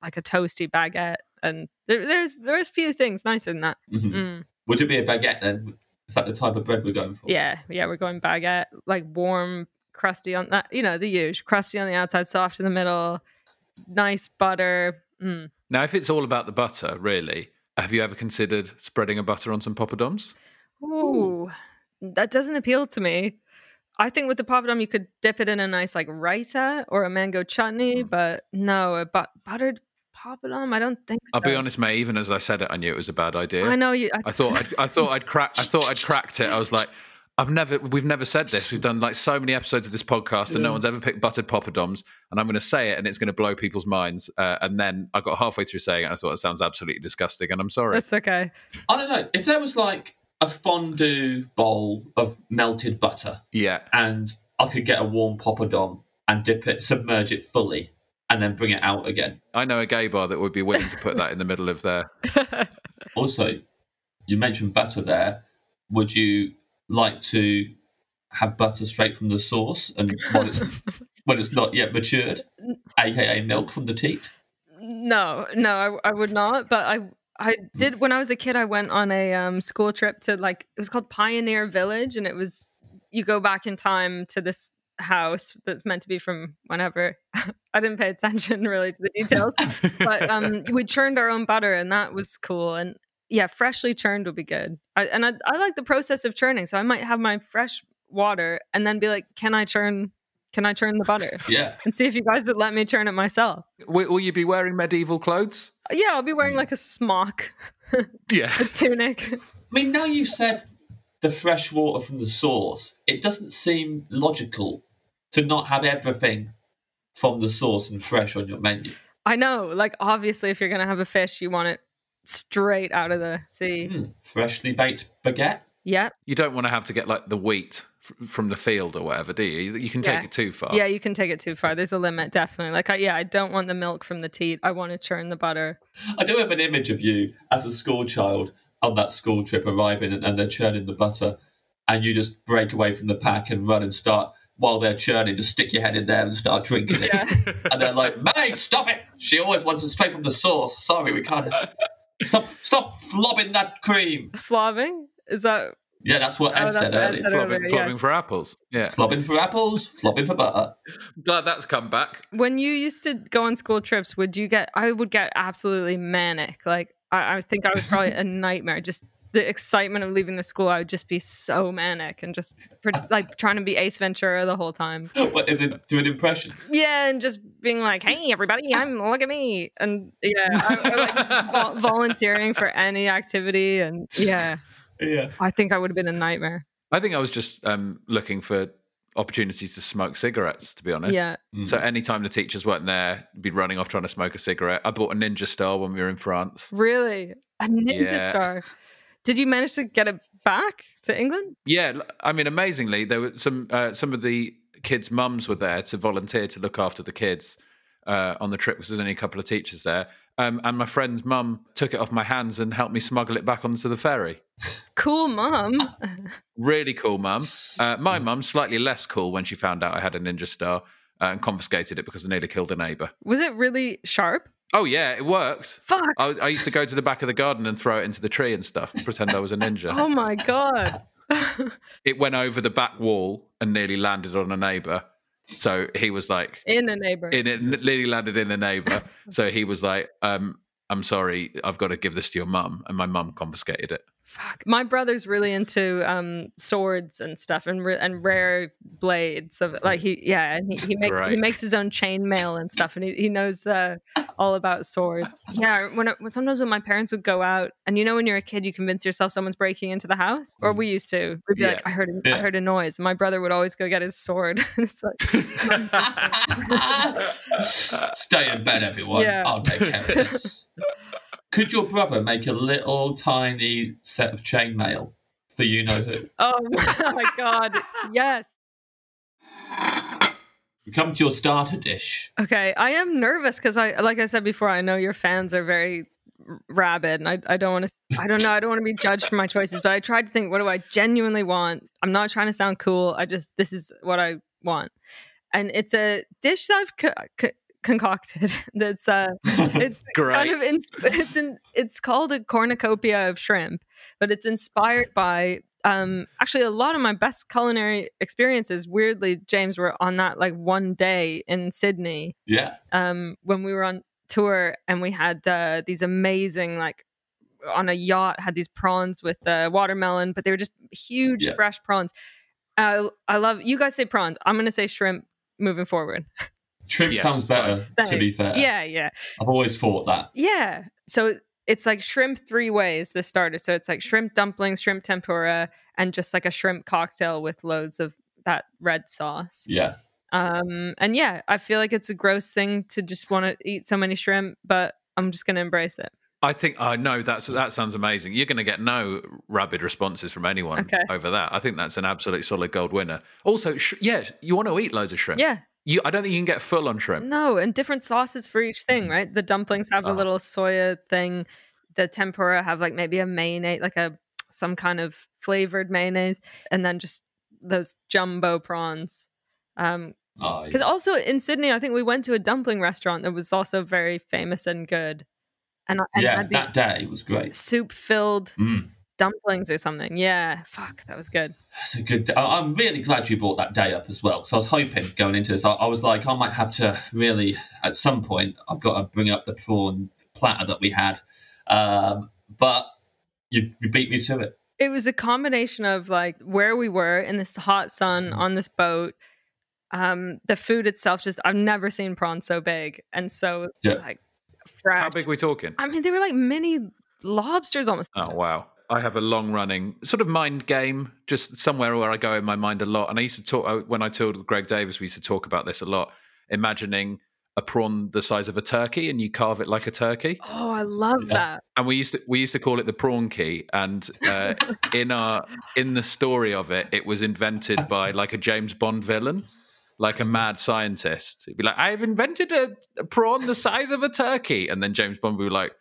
Speaker 3: like a toasty baguette. And there, there's there's few things nicer than that.
Speaker 2: Mhm.
Speaker 3: Mm.
Speaker 2: Would it be a baguette then? Is that the type of bread we're going for?
Speaker 3: Yeah, yeah, we're going baguette, like warm, crusty on that, you know, the huge crusty on the outside, soft in the middle, nice butter. Mm.
Speaker 1: now, if it's all about the butter, really, have you ever considered spreading a butter on some poppadoms?
Speaker 3: Ooh, that doesn't appeal to me. I think with the papadum, you could dip it in a nice like raita or a mango chutney, but no, a but- buttered papadum. I don't think. So.
Speaker 1: I'll be honest, mate. Even as I said it, I knew it was a bad idea.
Speaker 3: I know you. I,
Speaker 1: I thought I'd, I thought I'd crack. I thought I'd cracked it. I was like, I've never. We've never said this. We've done like so many episodes of this podcast, and no one's ever picked buttered poppadoms. And I'm going to say it, and it's going to blow people's minds. Uh, and then I got halfway through saying it, and I thought it sounds absolutely disgusting. And I'm sorry.
Speaker 3: that's okay.
Speaker 2: I don't know. If there was like a fondue bowl of melted butter
Speaker 1: yeah,
Speaker 2: and I could get a warm poppadom and dip it, submerge it fully, and then bring it out again.
Speaker 1: I know a gay bar that would be willing to put that in the middle of their.
Speaker 2: Also, you mentioned butter there. Would you like to have butter straight from the source and when it's, when it's not yet matured, aka milk from the teat?
Speaker 3: No, no, I, I would not. But I, I did when I was a kid. I went on a um, school trip to like it was called Pioneer Village, and it was you go back in time to this house that's meant to be from whenever. I didn't pay attention really to the details, but um, we churned our own butter, and that was cool. And yeah, freshly churned would be good. I, and I, I like the process of churning, so I might have my fresh water and then be like, can I churn? Can I churn the butter?
Speaker 2: Yeah.
Speaker 3: And see if you guys would let me churn it myself.
Speaker 1: Will, will you be wearing medieval clothes?
Speaker 3: Yeah, I'll be wearing like a smock,
Speaker 1: Yeah.
Speaker 3: a tunic.
Speaker 2: I mean, now you've said the fresh water from the source, it doesn't seem logical to not have everything from the source and fresh on your menu.
Speaker 3: I know, like obviously, if you're gonna have a fish, you want it straight out of the sea.
Speaker 2: Hmm, freshly baked baguette.
Speaker 3: Yep.
Speaker 1: You don't want to have to get like the wheat f- from the field or whatever, do you? You- You can take
Speaker 3: Yeah.
Speaker 1: it too far.
Speaker 3: Yeah, you can take it too far. There's a limit, definitely. Like, I, yeah, I don't want the milk from the teat. I want to churn the butter.
Speaker 2: I do have an image of you as a school child on that school trip arriving and, and they're churning the butter, and you just break away from the pack and run and start. While they're churning, just stick your head in there and start drinking it. And they're like, May, stop it! She always wants it straight from the source. Sorry, we can't. Stop, stop flobbing that cream.
Speaker 3: Flobbing? Is that?
Speaker 2: Yeah, that's what
Speaker 3: Oh,
Speaker 2: Ed
Speaker 3: that's
Speaker 2: said
Speaker 3: what Ed
Speaker 2: earlier.
Speaker 3: said earlier.
Speaker 1: Flobbing,
Speaker 3: Yeah.
Speaker 1: flobbing for apples. Yeah.
Speaker 2: Flobbing for apples, flobbing for butter.
Speaker 1: Glad that's come back.
Speaker 3: When you used to go on school trips, would you get? I would get absolutely manic. Like, I, I think I was probably a nightmare. Just the excitement of leaving the school, I would just be so manic and just pre- like trying to be Ace Ventura the whole time.
Speaker 2: What is it? Do an impression.
Speaker 3: Yeah, and just being like, "Hey, everybody, I'm look at me," and yeah, I, I like vol- volunteering for any activity, and yeah,
Speaker 2: Yeah.
Speaker 3: I think I would have been a nightmare.
Speaker 1: I think I was just um, looking for opportunities to smoke cigarettes, to be honest.
Speaker 3: Yeah,
Speaker 1: So anytime the teachers weren't there, be running off trying to smoke a cigarette. I bought a Ninja Star when we were in France.
Speaker 3: really, a ninja
Speaker 1: Yeah.
Speaker 3: star. Did you manage to get it back to England?
Speaker 1: Yeah, l- I mean, amazingly, there were some uh, some of the kids' mums were there to volunteer to look after the kids uh, on the trip because there's only a couple of teachers there, Um, and my friend's mum took it off my hands and helped me smuggle it back onto the ferry.
Speaker 3: Cool, mom.
Speaker 1: Really cool, mum. Uh, my mum, slightly less cool when she found out I had a Ninja Star uh, and confiscated it because I nearly killed a neighbour.
Speaker 3: Was it really sharp?
Speaker 1: Oh, yeah, it worked.
Speaker 3: Fuck.
Speaker 1: I, I used to go to the back of the garden and throw it into the tree and stuff, pretend I was a ninja.
Speaker 3: Oh my god.
Speaker 1: It went over the back wall and nearly landed on a neighbour. So he was like,
Speaker 3: In a neighbor.
Speaker 1: in it nearly landed in a neighbor. so he was like, um, I'm sorry, I've got to give this to your mum. And my mum confiscated it.
Speaker 3: Fuck. My brother's really into um, swords and stuff and re-
Speaker 1: Mm-hmm.
Speaker 3: and rare blades of like he yeah and he he, make, he
Speaker 1: Right.
Speaker 3: makes his own chainmail and stuff and he, he knows uh, all about swords. Yeah, when I, when- sometimes when my parents would go out and you know when you're a kid you convince yourself someone's breaking into the house or we used to we'd be like
Speaker 1: Mm-hmm. Yeah.
Speaker 3: I heard a, I
Speaker 2: Yeah.
Speaker 3: heard a noise. My brother would always go get his sword. it's like
Speaker 2: Stay in bed, everyone.
Speaker 3: Yeah.
Speaker 2: I'll take care of this. Could your brother make a little tiny set of chainmail for you know who?
Speaker 3: oh my god yes.
Speaker 2: We come to your starter dish.
Speaker 3: Okay, I am nervous because I, like I said before, I know your fans are very r- rabid, and I, I don't want to. I don't know. I don't want to be judged for my choices, but I tried to think, what do I genuinely want? I'm not trying to sound cool. I just this is what I want, and it's a dish that I've co- co- concocted. That's uh, it's
Speaker 1: Great.
Speaker 3: kind of ins- it's in, it's called a cornucopia of shrimp, but it's inspired by um actually a lot of my best culinary experiences weirdly James were on that like one day in Sydney
Speaker 2: Yeah.
Speaker 3: um when we were on tour and we had uh, these amazing like on a yacht had these prawns with uh, watermelon but they were just huge
Speaker 2: Yeah.
Speaker 3: fresh prawns. I I love you guys say prawns. I'm going to say shrimp moving forward.
Speaker 2: Shrimp
Speaker 1: Yes,
Speaker 2: sounds better, to be fair.
Speaker 3: Yeah, yeah.
Speaker 2: I've always thought that.
Speaker 3: Yeah. So it's like shrimp three ways, the starter. So it's like shrimp dumplings, shrimp tempura, and just like a shrimp cocktail with loads of that red sauce.
Speaker 2: Yeah.
Speaker 3: Um, and yeah, I feel like it's a gross thing to just want to eat so many shrimp, but I'm just going to embrace it.
Speaker 1: I think, I know that's, that sounds amazing. You're going to get no rabid responses from anyone
Speaker 3: Okay.
Speaker 1: over that. I think that's an absolute solid gold winner. Also, sh- yeah, you want to eat loads of shrimp.
Speaker 3: Yeah.
Speaker 1: You, I don't think you can get full on shrimp.
Speaker 3: No, and different sauces for each thing,
Speaker 2: Mm-hmm.
Speaker 3: right? The dumplings have a
Speaker 2: Uh-huh.
Speaker 1: Ah.
Speaker 3: little soya thing. The tempura have like maybe a mayonnaise, like a some kind of flavored mayonnaise, and then just those jumbo prawns. Um,
Speaker 2: Oh,
Speaker 3: Because also in Sydney, I think we went to a dumpling restaurant that was also very famous and good, and, I- and
Speaker 2: yeah,
Speaker 3: had the
Speaker 2: that day was great.
Speaker 3: soup filled
Speaker 2: Mm.
Speaker 3: dumplings or something. Yeah, fuck, that was good.
Speaker 2: That's a good. I- I'm really glad you brought that day up as well, because I was hoping going into this, I, I was like, I might have to really at some point. I've got to bring up the prawn platter that we had, um, but you, you beat me to it.
Speaker 3: It was a combination of like where we were in this hot sun
Speaker 2: Mm-hmm.
Speaker 3: on this boat. Um, the food itself, just I've never seen prawns so big and so
Speaker 2: Yeah.
Speaker 3: like
Speaker 1: How
Speaker 3: fresh.
Speaker 1: big are we talking?
Speaker 3: I mean, they were like mini lobsters almost.
Speaker 1: Oh wow. I have a long running sort of mind game, just somewhere where I go in my mind a lot. And I used to talk I- when I toured with Greg Davis, we used to talk about this a lot, imagining a prawn the size of a turkey and you carve it like a turkey.
Speaker 3: Oh, I love
Speaker 2: Yeah.
Speaker 3: that.
Speaker 1: And we used to we used to call it the prawn key. And uh, in our in the story of it, it was invented by like a James Bond villain, like a mad scientist. He'd be like, I've invented a, a prawn the size of a turkey. And then James Bond would be like,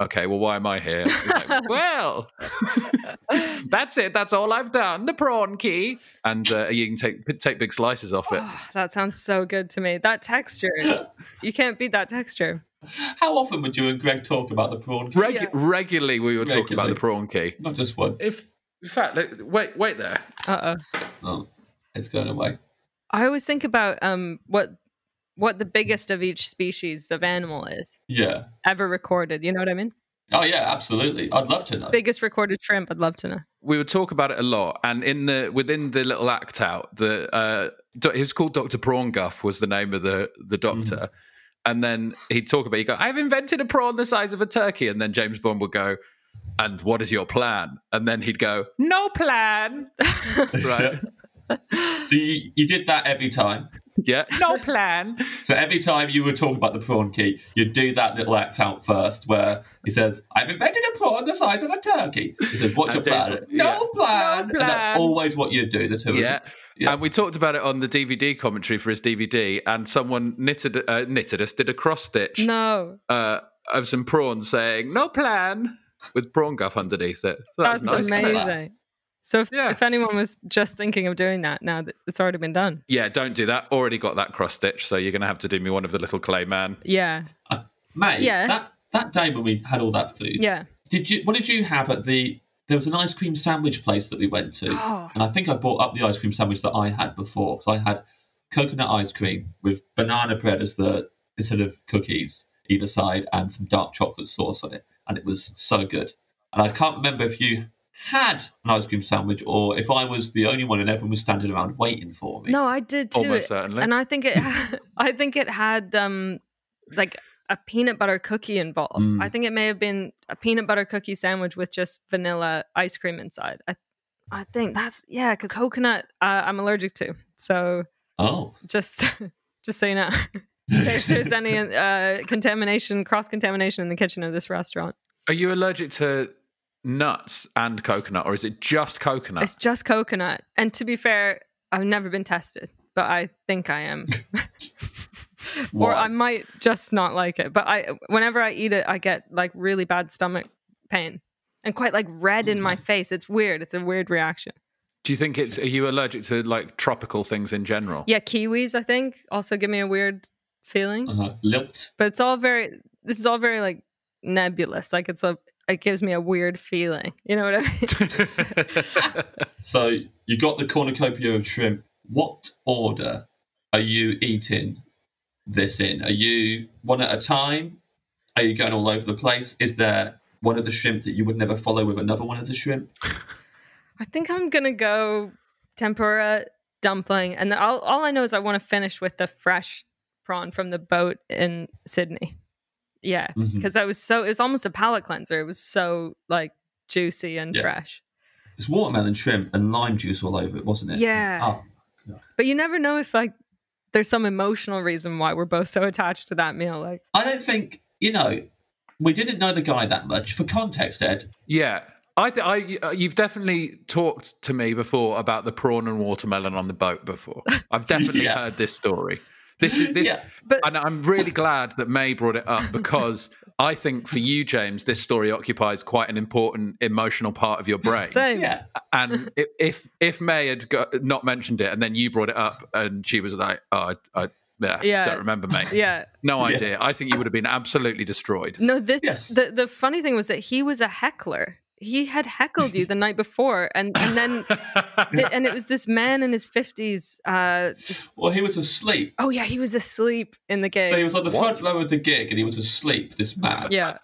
Speaker 1: Okay, well, why am I here? He's like, well, that's it. That's all I've done. The prawn key, and uh, you can take take big slices off it.
Speaker 3: Oh, that sounds so good to me. That texture. you can't beat that texture.
Speaker 2: How often would you and Greg talk about the prawn?
Speaker 1: Reg-
Speaker 3: yeah.
Speaker 1: Regularly, we were talking about the prawn key.
Speaker 2: Not just once.
Speaker 1: If in fact, look, wait, wait there.
Speaker 3: Uh oh.
Speaker 2: oh, it's going away.
Speaker 3: I always think about um what what the
Speaker 2: Mm-hmm.
Speaker 3: biggest of each species of animal is
Speaker 2: Yeah.
Speaker 3: ever recorded. You know what I mean?
Speaker 2: Oh yeah, absolutely. I'd love to know.
Speaker 3: Biggest recorded shrimp. I'd love to know.
Speaker 1: we would talk about it a lot and in the within the little act out the uh do- he was called dr prawnguff was the name of the the doctor and then he'd talk about you go i've invented a prawn the size of a turkey and then james bond would go and what is your plan and then he'd go no plan right
Speaker 2: So you, you did that every time.
Speaker 1: yeah no plan
Speaker 2: So every time you were talking about the prawn key, you'd do that little act out first where he says, I've invented a prawn the size of a turkey. He says, What's your
Speaker 1: And
Speaker 2: plan?
Speaker 1: James-
Speaker 2: No
Speaker 1: yeah.
Speaker 2: plan.
Speaker 1: No
Speaker 2: And
Speaker 1: plan.
Speaker 2: that's always what you'd do, the two
Speaker 1: yeah
Speaker 2: of them. Yeah.
Speaker 1: And we talked about it on the DVD commentary for his DVD, and someone knitted uh, knitted us did a cross stitch
Speaker 3: No.
Speaker 1: uh, of some prawns saying "No plan" with prawn guff underneath it. So that's,
Speaker 3: That's
Speaker 1: nice.
Speaker 3: amazing. So if,
Speaker 1: Yeah.
Speaker 3: if anyone was just thinking of doing that, now that it's already been done.
Speaker 1: Yeah, don't do that. Already got that cross stitch, so you're going to have to do me one of the little clay man.
Speaker 3: Yeah.
Speaker 2: Mate,
Speaker 3: Yeah.
Speaker 2: that, that day when we had all that food,
Speaker 3: Yeah.
Speaker 2: did you? What did you have at the? There was an ice cream sandwich place that we went to,
Speaker 3: Oh.
Speaker 2: and I think I bought up the ice cream sandwich that I had before because I had coconut ice cream with banana bread as the instead of cookies either side and some dark chocolate sauce on it, and it was so good. And I can't remember if you had an ice cream sandwich or if I was the only one and everyone was standing around waiting for me.
Speaker 3: No, I did too.
Speaker 1: Almost certainly.
Speaker 3: And I think it I think it had um like a peanut butter cookie involved.
Speaker 2: Mm.
Speaker 3: I think it may have been a peanut butter cookie sandwich with just vanilla ice cream inside. I I think that's yeah, cuz coconut uh, I'm allergic to. So
Speaker 2: Oh,
Speaker 3: just just so you know. in case there's any uh, contamination, cross contamination in the kitchen of this restaurant.
Speaker 1: Are you allergic to nuts and coconut, or is it just coconut?
Speaker 3: It's just coconut. And to be fair, I've never been tested, but I think I am. or
Speaker 2: Why?
Speaker 3: I might just not like it. But I whenever I eat it, I get like really bad stomach pain and quite like red in my face. It's weird. It's a weird reaction.
Speaker 1: do you think it's? Are you allergic to like tropical things in general?
Speaker 3: Yeah, kiwis I think also give me a weird feeling.
Speaker 2: uh, lilt.
Speaker 3: But it's all very this is all very like nebulous. Like it's a it gives me a weird feeling. You know what I mean?
Speaker 2: So you got the cornucopia of shrimp. What order are you eating this in? Are you one at a time? Are you going all over the place? Is there one of the shrimp that you would never follow with another one of the shrimp?
Speaker 3: I think I'm gonna go tempura dumpling, and then all, all I know is I want to finish with the fresh prawn from the boat in Sydney. Yeah, because
Speaker 2: Mhm.
Speaker 3: I was so it was almost a palate cleanser. It was so like juicy and
Speaker 2: Yeah.
Speaker 3: fresh.
Speaker 2: It's watermelon shrimp and lime juice all over it, wasn't it?
Speaker 3: Yeah.
Speaker 2: Oh,
Speaker 3: But you never know if like there's some emotional reason why we're both so attached to that meal. Like
Speaker 2: I don't think you know. We didn't know the guy that much. For context, Ed,
Speaker 1: Yeah. I, th- I, uh, you've definitely talked to me before about the prawn and watermelon on the boat before. I've definitely
Speaker 2: Yeah.
Speaker 1: heard this story. This is this,
Speaker 2: Yeah.
Speaker 3: But-
Speaker 1: and I'm really glad that May brought it up because I think for you, James, this story occupies quite an important emotional part of your brain.
Speaker 3: same.
Speaker 2: yeah,
Speaker 1: And i- if if May had go, not mentioned it, and then you brought it up, and she was like, "Oh, I, I yeah,
Speaker 3: Yeah.
Speaker 1: don't remember, mate.
Speaker 3: Yeah.
Speaker 1: No idea." I think you would have been absolutely destroyed.
Speaker 3: No, this
Speaker 2: Yes.
Speaker 3: the the funny thing was that he was a heckler. He had heckled you the night before, and and then and it was this man in his fifties. Uh,
Speaker 2: Well, he was asleep.
Speaker 3: oh yeah, he was asleep in the gig.
Speaker 2: So he was on the front row of the gig and he was asleep. This man.
Speaker 3: yeah,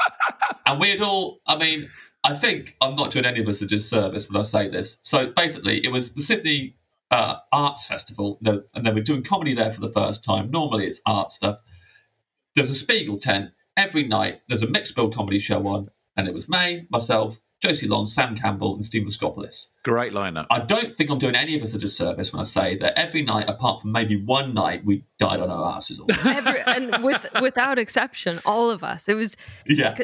Speaker 2: And we'd all, I mean, I think I'm not doing any of us a disservice when I say this. So basically, it was the Sydney uh, Arts Festival, no, and they were doing comedy there for the first time. Normally, it's art stuff. There was a Spiegel tent every night. There's a mixed bill comedy show on, and it was May, myself, Josie Long, Sam Campbell, and Steve Moscopoulos.
Speaker 1: Great lineup.
Speaker 2: I don't think I'm doing any of us a disservice when I say that every night, apart from maybe one night, we died on our asses all.
Speaker 3: Every, and with without exception, all of us. It was
Speaker 2: yeah.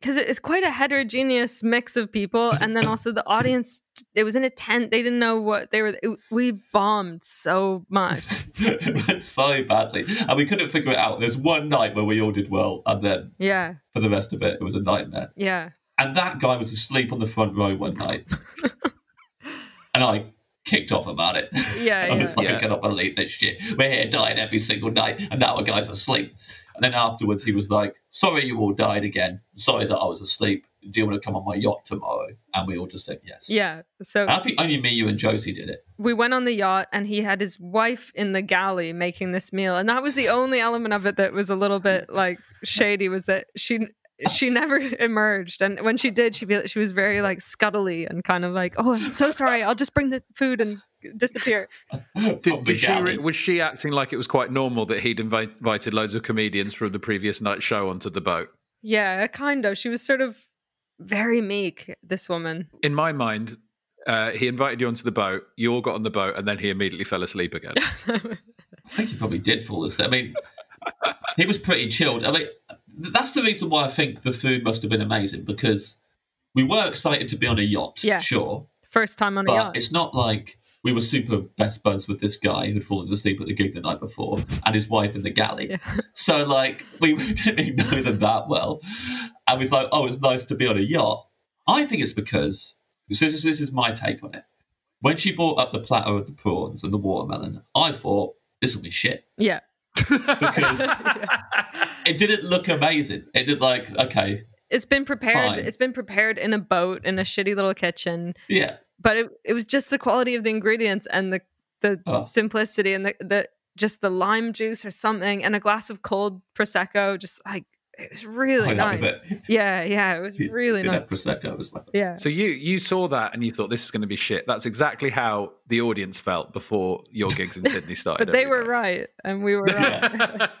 Speaker 3: because it's quite a heterogeneous mix of people, and then also the audience. It was in a tent; they didn't know what they were. it- we bombed so much.
Speaker 2: It went so badly, and we couldn't figure it out. There's one night where we all did well, and then
Speaker 3: Yeah,
Speaker 2: for the rest of it, it was a nightmare.
Speaker 3: yeah.
Speaker 2: And that guy was asleep on the front row one night, and I kicked off about it.
Speaker 3: Yeah,
Speaker 2: I was
Speaker 3: yeah.
Speaker 2: Oh, like,
Speaker 1: Yeah.
Speaker 2: I cannot believe this shit. We're here dying every single night, and now a guy's asleep. And then afterwards, he was like, "Sorry, you all died again. Sorry that I was asleep. Do you want to come on my yacht tomorrow?" And we all just said yes.
Speaker 3: Yeah. So
Speaker 2: And I think only me, you, and Josie did it.
Speaker 3: we went on the yacht and he had his wife in the galley making this meal and that was the only element of it that was a little bit like shady was that she she never emerged and when she did she be, she was very like scuttly and kind of like oh i'm so sorry i'll just bring the food and disappear
Speaker 1: Did, did she,
Speaker 2: galley.
Speaker 1: re- was she acting like it was quite normal that he'd invite, invited loads of comedians from the previous night's show onto the boat?
Speaker 3: yeah kind of she was sort of very meek this woman
Speaker 1: In my mind, uh, he invited you onto the boat, you all got on the boat, and then he immediately fell asleep again.
Speaker 2: I think he probably did fall asleep. I mean, he was pretty chilled. I mean, that's the reason why I think the food must have been amazing because we were excited to be on a yacht,
Speaker 3: Yeah.
Speaker 2: sure,
Speaker 3: first time on a
Speaker 2: but
Speaker 3: yacht
Speaker 2: it's not like we were super best buds with this guy who'd fallen asleep at the gig the night before and his wife in the galley. So like we didn't really know them that well. And we was like, oh, it's nice to be on a yacht. I think it's because so this, this is my take on it. When she brought up the platter of the prawns and the watermelon, I thought this will be shit
Speaker 3: Yeah.
Speaker 2: because it didn't look amazing. It did like okay,
Speaker 3: It's been prepared.
Speaker 2: Fine.
Speaker 3: It's been prepared in a boat in a shitty little kitchen.
Speaker 2: yeah,
Speaker 3: But it, it was just the quality of the ingredients and the the
Speaker 2: Oh.
Speaker 3: simplicity and the, the just the lime juice or something and a glass of cold prosecco. Just like it was really
Speaker 2: oh, that
Speaker 3: nice.
Speaker 2: was it.
Speaker 3: Yeah, yeah, it was really
Speaker 2: didn't
Speaker 3: nice.
Speaker 2: have prosecco as well.
Speaker 3: Yeah.
Speaker 1: So you you saw that and you thought this is going to be shit. That's exactly how the audience felt before your gigs in Sydney started.
Speaker 3: But they
Speaker 1: every
Speaker 3: were
Speaker 1: day.
Speaker 3: right, and we were right.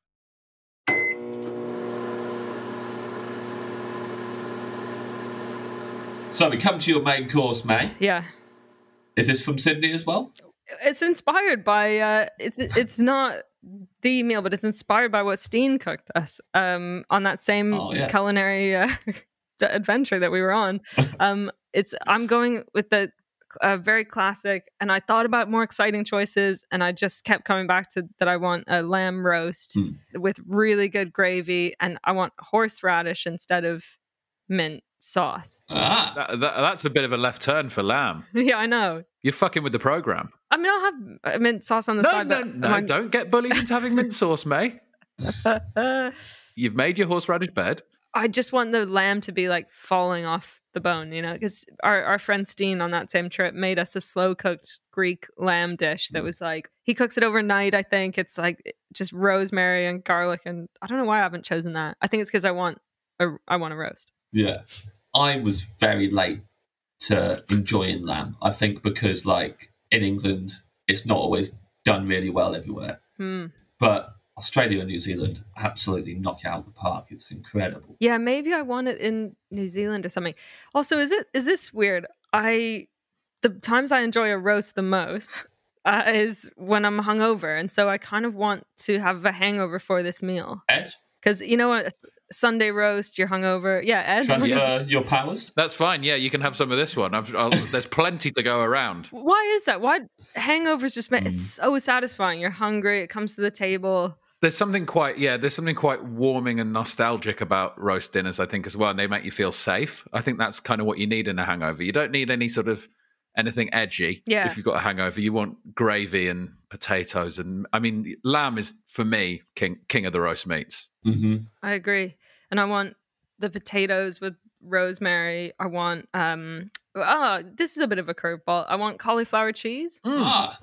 Speaker 2: So we come to your main course, May.
Speaker 3: Yeah.
Speaker 2: Is this from Sydney as well?
Speaker 3: It's inspired by uh it's it's not the meal, but it's inspired by what Steen cooked us um on that same
Speaker 2: Oh, yeah.
Speaker 3: culinary uh, adventure that we were on. Um it's I'm going with the uh, very classic and I thought about more exciting choices and I just kept coming back to that I want a lamb roast
Speaker 2: Hmm.
Speaker 3: with really good gravy and I want horseradish instead of mint sauce.
Speaker 2: Ah,
Speaker 1: That, that, that's a bit of a left turn for Lamb.
Speaker 3: yeah, I know.
Speaker 1: You're fucking with the program.
Speaker 3: I mean, I'll have uh, mint sauce on the
Speaker 1: No,
Speaker 3: side.
Speaker 1: no,
Speaker 3: but
Speaker 1: no!
Speaker 3: I'm-
Speaker 1: Don't get bullied into having mint sauce, May. You've made your horseradish bed.
Speaker 3: I just want the lamb to be like falling off the bone, you know, because our, our friend Steen on that same trip made us a slow cooked Greek lamb dish that was like, he cooks it overnight, I think. It's like just rosemary and garlic. And I don't know why I haven't chosen that. I think it's because I want. a- I want a roast.
Speaker 2: yeah. I was very late to enjoying lamb. I think because like in England, it's not always done really well everywhere.
Speaker 3: Hmm.
Speaker 2: But Australia and New Zealand absolutely knock out the park. It's incredible.
Speaker 3: Yeah, maybe I want it in New Zealand or something. Also, is it is this weird? I the times I enjoy a roast the most uh, is when I'm hungover, and so I kind of want to have a hangover for this meal
Speaker 2: Ed,
Speaker 3: because you know what. Sunday roast, you're hungover. Yeah, Ed. what do you-
Speaker 2: transfer your powers.
Speaker 1: That's fine. Yeah, you can have some of this one. I've, I'll, there's plenty to go around.
Speaker 3: Why is that? Why hangovers just make it's so satisfying. You're hungry, it comes to the table.
Speaker 1: There's something quite yeah. There's something quite warming and nostalgic about roast dinners, I think, as well. And they make you feel safe. I think that's kind of what you need in a hangover. You don't need any sort of anything edgy.
Speaker 3: Yeah.
Speaker 1: If you've got a hangover, you want gravy and potatoes, and I mean, lamb is for me king king of the roast meats.
Speaker 2: Mm-hmm.
Speaker 3: I agree. And I want the potatoes with rosemary. I want um oh, this is a bit of a curveball. I want cauliflower cheese.
Speaker 2: Ah,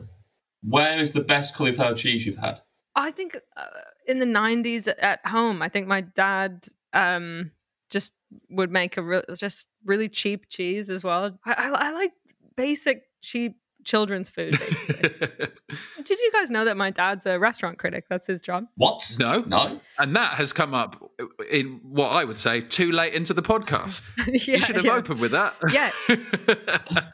Speaker 2: where is the best cauliflower cheese you've had?
Speaker 3: I think uh, in the 90s at home, I think my dad um just would make a real just really cheap cheese as well. I, I, I like basic cheap children's food basically. Did you guys know that my dad's a restaurant critic? That's his job.
Speaker 2: What?
Speaker 1: No.
Speaker 2: No.
Speaker 1: and that has come up in what I would say too late into the podcast.
Speaker 3: yeah,
Speaker 1: you should have
Speaker 3: yeah.
Speaker 1: opened with that.
Speaker 3: Yeah.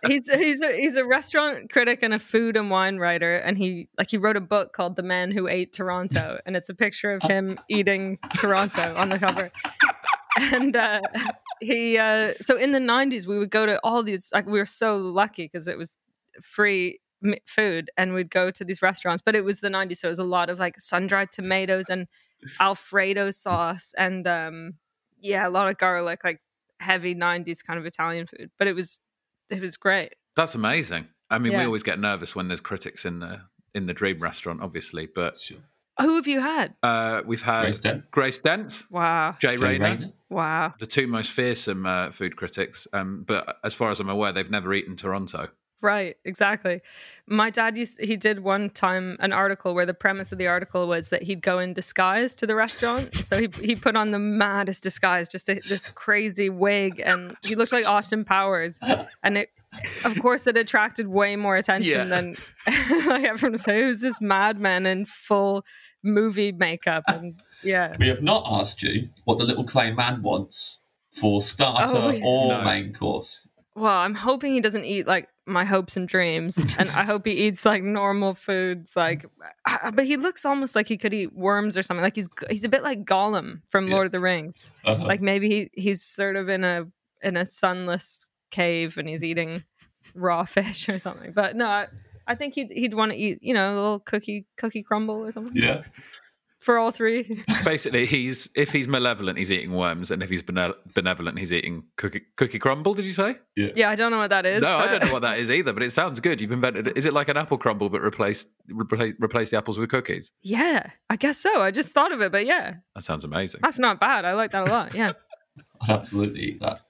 Speaker 3: he's he's a, he's a restaurant critic and a food and wine writer, and he like he wrote a book called The Man Who Ate Toronto, and it's a picture of him eating Toronto on the cover. And uh, he uh, so in the '90s we would go to all these like we were so lucky because it was free m- food, and we'd go to these restaurants. But it was the '90s, so it was a lot of like sun dried tomatoes and Alfredo sauce, and um, yeah, a lot of garlic, like heavy '90s kind of Italian food. But it was it was great.
Speaker 1: That's amazing. I mean, we
Speaker 3: Yeah.
Speaker 1: always get nervous when there's critics in the in the Dream Restaurant, obviously, but
Speaker 2: Sure.
Speaker 3: Who have you had?
Speaker 1: uh, we've had
Speaker 2: Grace Dent.
Speaker 1: Grace Dent,
Speaker 3: Wow.
Speaker 1: Jay,
Speaker 2: Jay
Speaker 1: Rayner,
Speaker 2: Rayner.
Speaker 3: Wow.
Speaker 1: the two most fearsome uh, food critics. Um, but as far as I'm aware, they've never eaten Toronto.
Speaker 3: Right, exactly. My dad used he did one time an article where the premise of the article was that he'd go in disguise to the restaurant. so he he put on the maddest disguise, just a, this crazy wig and he looked like Austin Powers. And it of course it attracted way more attention
Speaker 1: Yeah.
Speaker 3: than like everyone was like, who's this madman in full movie makeup and yeah.
Speaker 2: We have not asked you what the little clay man wants for starter
Speaker 3: Oh, yeah.
Speaker 2: or
Speaker 1: No.
Speaker 2: main course.
Speaker 3: Well, I'm hoping he doesn't eat like my hopes and dreams, and I hope he eats like normal foods. Like, I- but he looks almost like he could eat worms or something. Like he's he's a bit like Gollum from Lord of the Rings.
Speaker 1: Oh.
Speaker 2: Uh-huh.
Speaker 3: Like maybe he he's sort of in a in a sunless cave and he's eating raw fish or something. But no, I, I think he'd he'd want to eat you know a little cookie cookie crumble or something
Speaker 2: yeah.
Speaker 3: for all three.
Speaker 1: Basically, he's if he's malevolent, he's eating worms, and if he's bene- benevolent, he's eating cookie cookie crumble. Did you say?
Speaker 3: yeah, I don't know what that is.
Speaker 1: no, I
Speaker 3: but-
Speaker 1: don't know what that is either, but it sounds good. You've invented. it. Is it like an apple crumble, but replace replace, replace the apples with cookies?
Speaker 3: Yeah, I guess so. I just thought of it, but yeah,
Speaker 1: That sounds amazing.
Speaker 3: that's not bad. I like that a lot. Yeah.
Speaker 2: I'd absolutely eat that.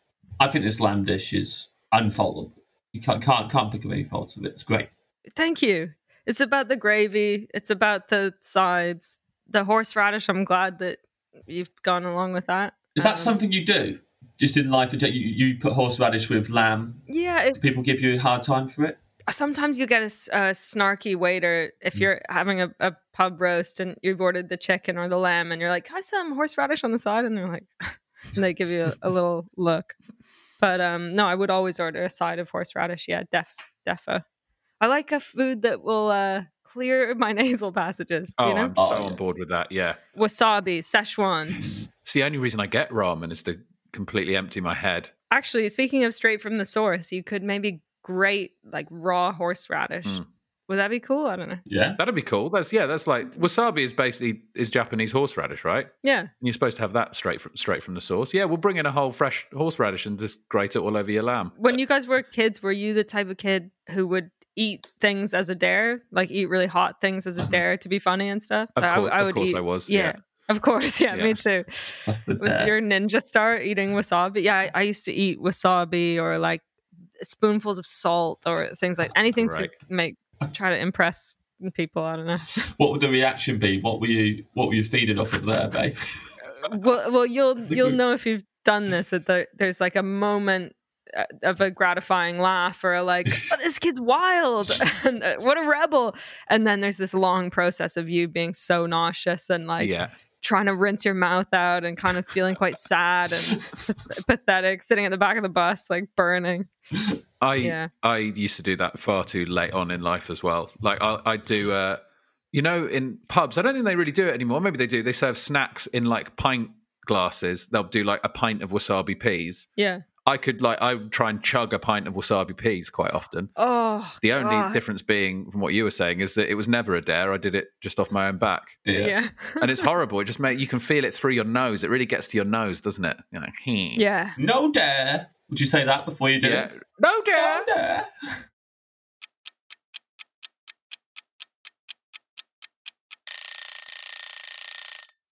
Speaker 2: I think this lamb dish is unfoldable. You can't can't, can't pick up any faults of it. It's great.
Speaker 3: Thank you. It's about the gravy. It's about the sides. The horseradish. I'm glad that you've gone along with that.
Speaker 2: Is that
Speaker 3: Um,
Speaker 2: something you do? Just in life, in gen- you, you put horseradish with lamb.
Speaker 3: Yeah. It,
Speaker 2: Do people give you a hard time for it?
Speaker 3: sometimes you get a, s- a snarky waiter
Speaker 1: Mm.
Speaker 3: if you're having a, a pub roast and you've ordered the chicken or the lamb and you're like, "Can I have some horseradish on the side?" And they're like, and they give you a, a little look. But um, no, I would always order a side of horseradish. Yeah, def defo. I like a food that will uh, clear my nasal passages.
Speaker 1: Oh,
Speaker 3: you know,
Speaker 1: I'm so
Speaker 2: Oh,
Speaker 1: on
Speaker 2: yeah.
Speaker 1: board with that. Yeah,
Speaker 3: wasabi, Szechuan.
Speaker 1: it's the only reason I get ramen is to completely empty my head.
Speaker 3: Actually, speaking of straight from the source, you could maybe grate like raw horseradish.
Speaker 1: Mm.
Speaker 3: Would that be cool? I don't know.
Speaker 2: Yeah.
Speaker 1: That'd be cool. That's yeah. That's like wasabi is basically is Japanese horseradish, right? And
Speaker 3: Yeah.
Speaker 1: you're supposed to have that straight from straight from the source. Yeah, we'll bring in a whole fresh horseradish and just grate it all over your lamb.
Speaker 3: When you guys were
Speaker 1: mm.
Speaker 3: kids, were you the type of kid who would eat things as a dare, like eat really hot things as a dare to be funny and stuff?
Speaker 1: Mm-hmm. Of
Speaker 3: I-
Speaker 1: course,
Speaker 3: I,
Speaker 1: of
Speaker 3: would
Speaker 1: course
Speaker 3: eat-
Speaker 1: I was.
Speaker 3: Yeah.
Speaker 1: Yeah.
Speaker 3: Of course, yeah,
Speaker 1: Yeah. uh
Speaker 3: me too.
Speaker 2: That's the
Speaker 3: With
Speaker 2: dare.
Speaker 3: your ninja star eating wasabi. Yeah, I, I used to eat wasabi or like spoonfuls of salt or things like anything
Speaker 1: Right.
Speaker 3: to make try to impress people. I don't know.
Speaker 2: What would the reaction be? What were you What were you feeding off of there, babe?
Speaker 3: well, well, you'll
Speaker 2: think
Speaker 3: you'll
Speaker 2: we-
Speaker 3: know if you've done this that the, there's like a moment uh, of a gratifying laugh or a like, oh, this kid's wild and uh, what a rebel. And then there's this long process of you being so nauseous and like
Speaker 1: yeah.
Speaker 3: trying to rinse your mouth out and kind of feeling quite sad and pathetic, sitting at the back of the bus, like burning.
Speaker 1: I
Speaker 3: Yeah.
Speaker 1: I used to do that far too late on in life as well. Like I I do uh you know in pubs I don't think they really do it anymore. Maybe they do. They serve snacks in like pint glasses. They'll do like a pint of wasabi peas.
Speaker 3: Yeah.
Speaker 1: I could like I would try and chug a pint of wasabi peas quite often.
Speaker 3: Oh,
Speaker 1: The only
Speaker 3: God.
Speaker 1: difference being from what you were saying is that it was never a dare. I did it just off my own back.
Speaker 3: Yeah.
Speaker 2: yeah.
Speaker 3: Yeah.
Speaker 1: And it's horrible. It just make you can feel it through your nose. It really gets to your nose, doesn't it? You're like, hmm.
Speaker 2: No dare. Would you say that before you do
Speaker 1: Yeah.
Speaker 2: it?
Speaker 1: No dare.
Speaker 2: No dare.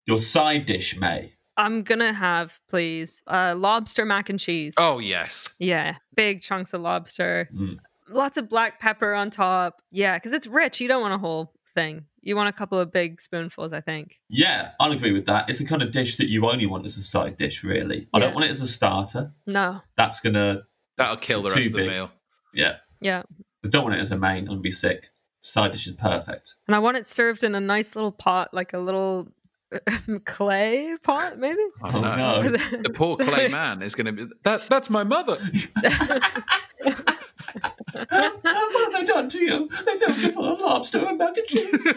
Speaker 2: Your side dish, May.
Speaker 3: I'm going to have, please, uh, lobster mac and cheese.
Speaker 1: Oh yes.
Speaker 3: Yeah. Big chunks of lobster.
Speaker 2: Mm.
Speaker 3: Lots of black pepper on top. Yeah. Because it's rich. You don't want a whole thing. You want a couple of big spoonfuls, I think.
Speaker 2: Yeah, I'll agree with that. It's the kind of dish that you only want as a side dish, really. I
Speaker 3: Yeah.
Speaker 2: don't want it as a starter.
Speaker 3: No.
Speaker 2: That's gonna
Speaker 1: That'll kill the
Speaker 2: Too
Speaker 1: rest of the
Speaker 2: big.
Speaker 1: meal.
Speaker 2: yeah.
Speaker 3: Yeah.
Speaker 2: I don't want it as a main. I'd be sick. Side dish is perfect.
Speaker 3: And I want it served in a nice little pot, like a little clay pot, maybe?
Speaker 1: Oh, no. The poor clay man is going to be that. That's my mother.
Speaker 2: what have they done to you? They filled you full of lobster and mac and cheese.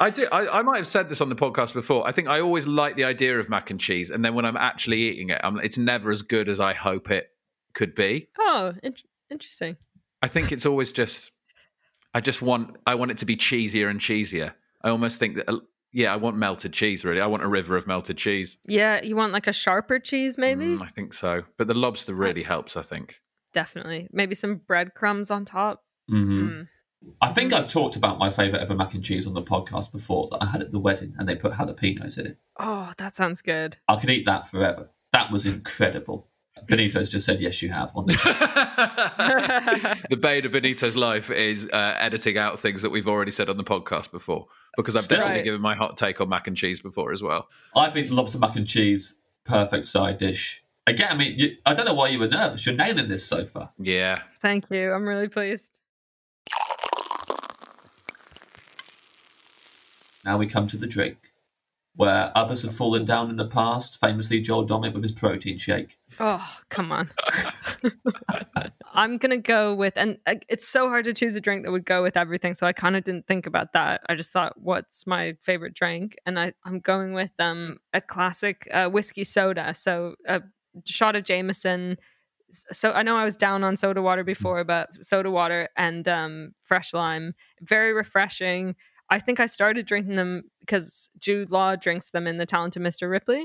Speaker 1: I do. I, I might have said this on the podcast before. I think I always like the idea of mac and cheese, and then when I'm actually eating it, I'm, it's never as good as I hope it could be.
Speaker 3: Oh, in- interesting.
Speaker 1: I think it's always just. I just want. I want it to be cheesier and cheesier. I almost think that. uh, Yeah, I want melted cheese. Really, I want a river of melted cheese.
Speaker 3: Yeah. You want like a sharper cheese, maybe?
Speaker 1: Mm, I think so. But the lobster really helps. I think.
Speaker 3: Definitely. Maybe some breadcrumbs on top.
Speaker 2: Mhm.
Speaker 3: Mm.
Speaker 2: I think I've talked about my favourite ever mac and cheese on the podcast before that I had at the wedding and they put jalapenos in it.
Speaker 3: Oh, that sounds good.
Speaker 2: I could eat that forever. That was incredible. Benito's just said, yes, you have. On the chat.
Speaker 1: the bane of Benito's life is uh, editing out things that we've already said on the podcast before, because I've
Speaker 2: Still.
Speaker 1: definitely
Speaker 3: Right.
Speaker 1: given my hot take on mac and cheese before as well.
Speaker 2: I think lobster mac and cheese, perfect side dish. Again, I mean, you, I don't know why you were nervous. You're nailing this so far.
Speaker 1: Yeah.
Speaker 3: Thank you. I'm really pleased.
Speaker 2: Now we come to the drink, where others have fallen down in the past, famously Joel Dommett with his protein shake.
Speaker 3: Oh, come on. I'm going to go with, and uh, it's so hard to choose a drink that would go with everything. So I kind of didn't think about that. I just thought, what's my favorite drink? And I, I'm going with um, a classic uh, whiskey soda. So a shot of Jameson. So I know I was down on soda water before, but soda water and um, fresh lime, very refreshing. I think I started drinking them because Jude Law drinks them in The Talented Mr. Ripley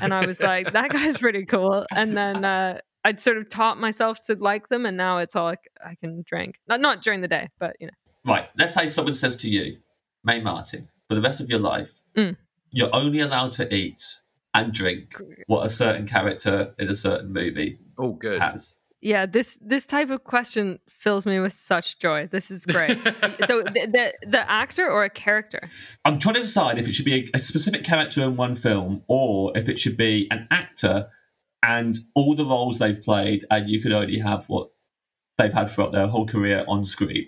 Speaker 3: and I was like, that guy's pretty cool. And then uh, I'd sort of taught myself to like them, and now it's all I, c- I can drink. Not not during the day, but you know.
Speaker 2: Right, let's say someone says to you, May Martin, for the rest of your life,
Speaker 3: Mm.
Speaker 2: you're only allowed to eat and drink what a certain character in a certain movie
Speaker 1: Oh, good.
Speaker 2: has.
Speaker 3: Yeah, this this type of question fills me with such joy. This is great. so the, the the actor or a character?
Speaker 2: I'm trying to decide if it should be a, a specific character in one film or if it should be an actor and all the roles they've played, and you could only have what they've had throughout their whole career on screen.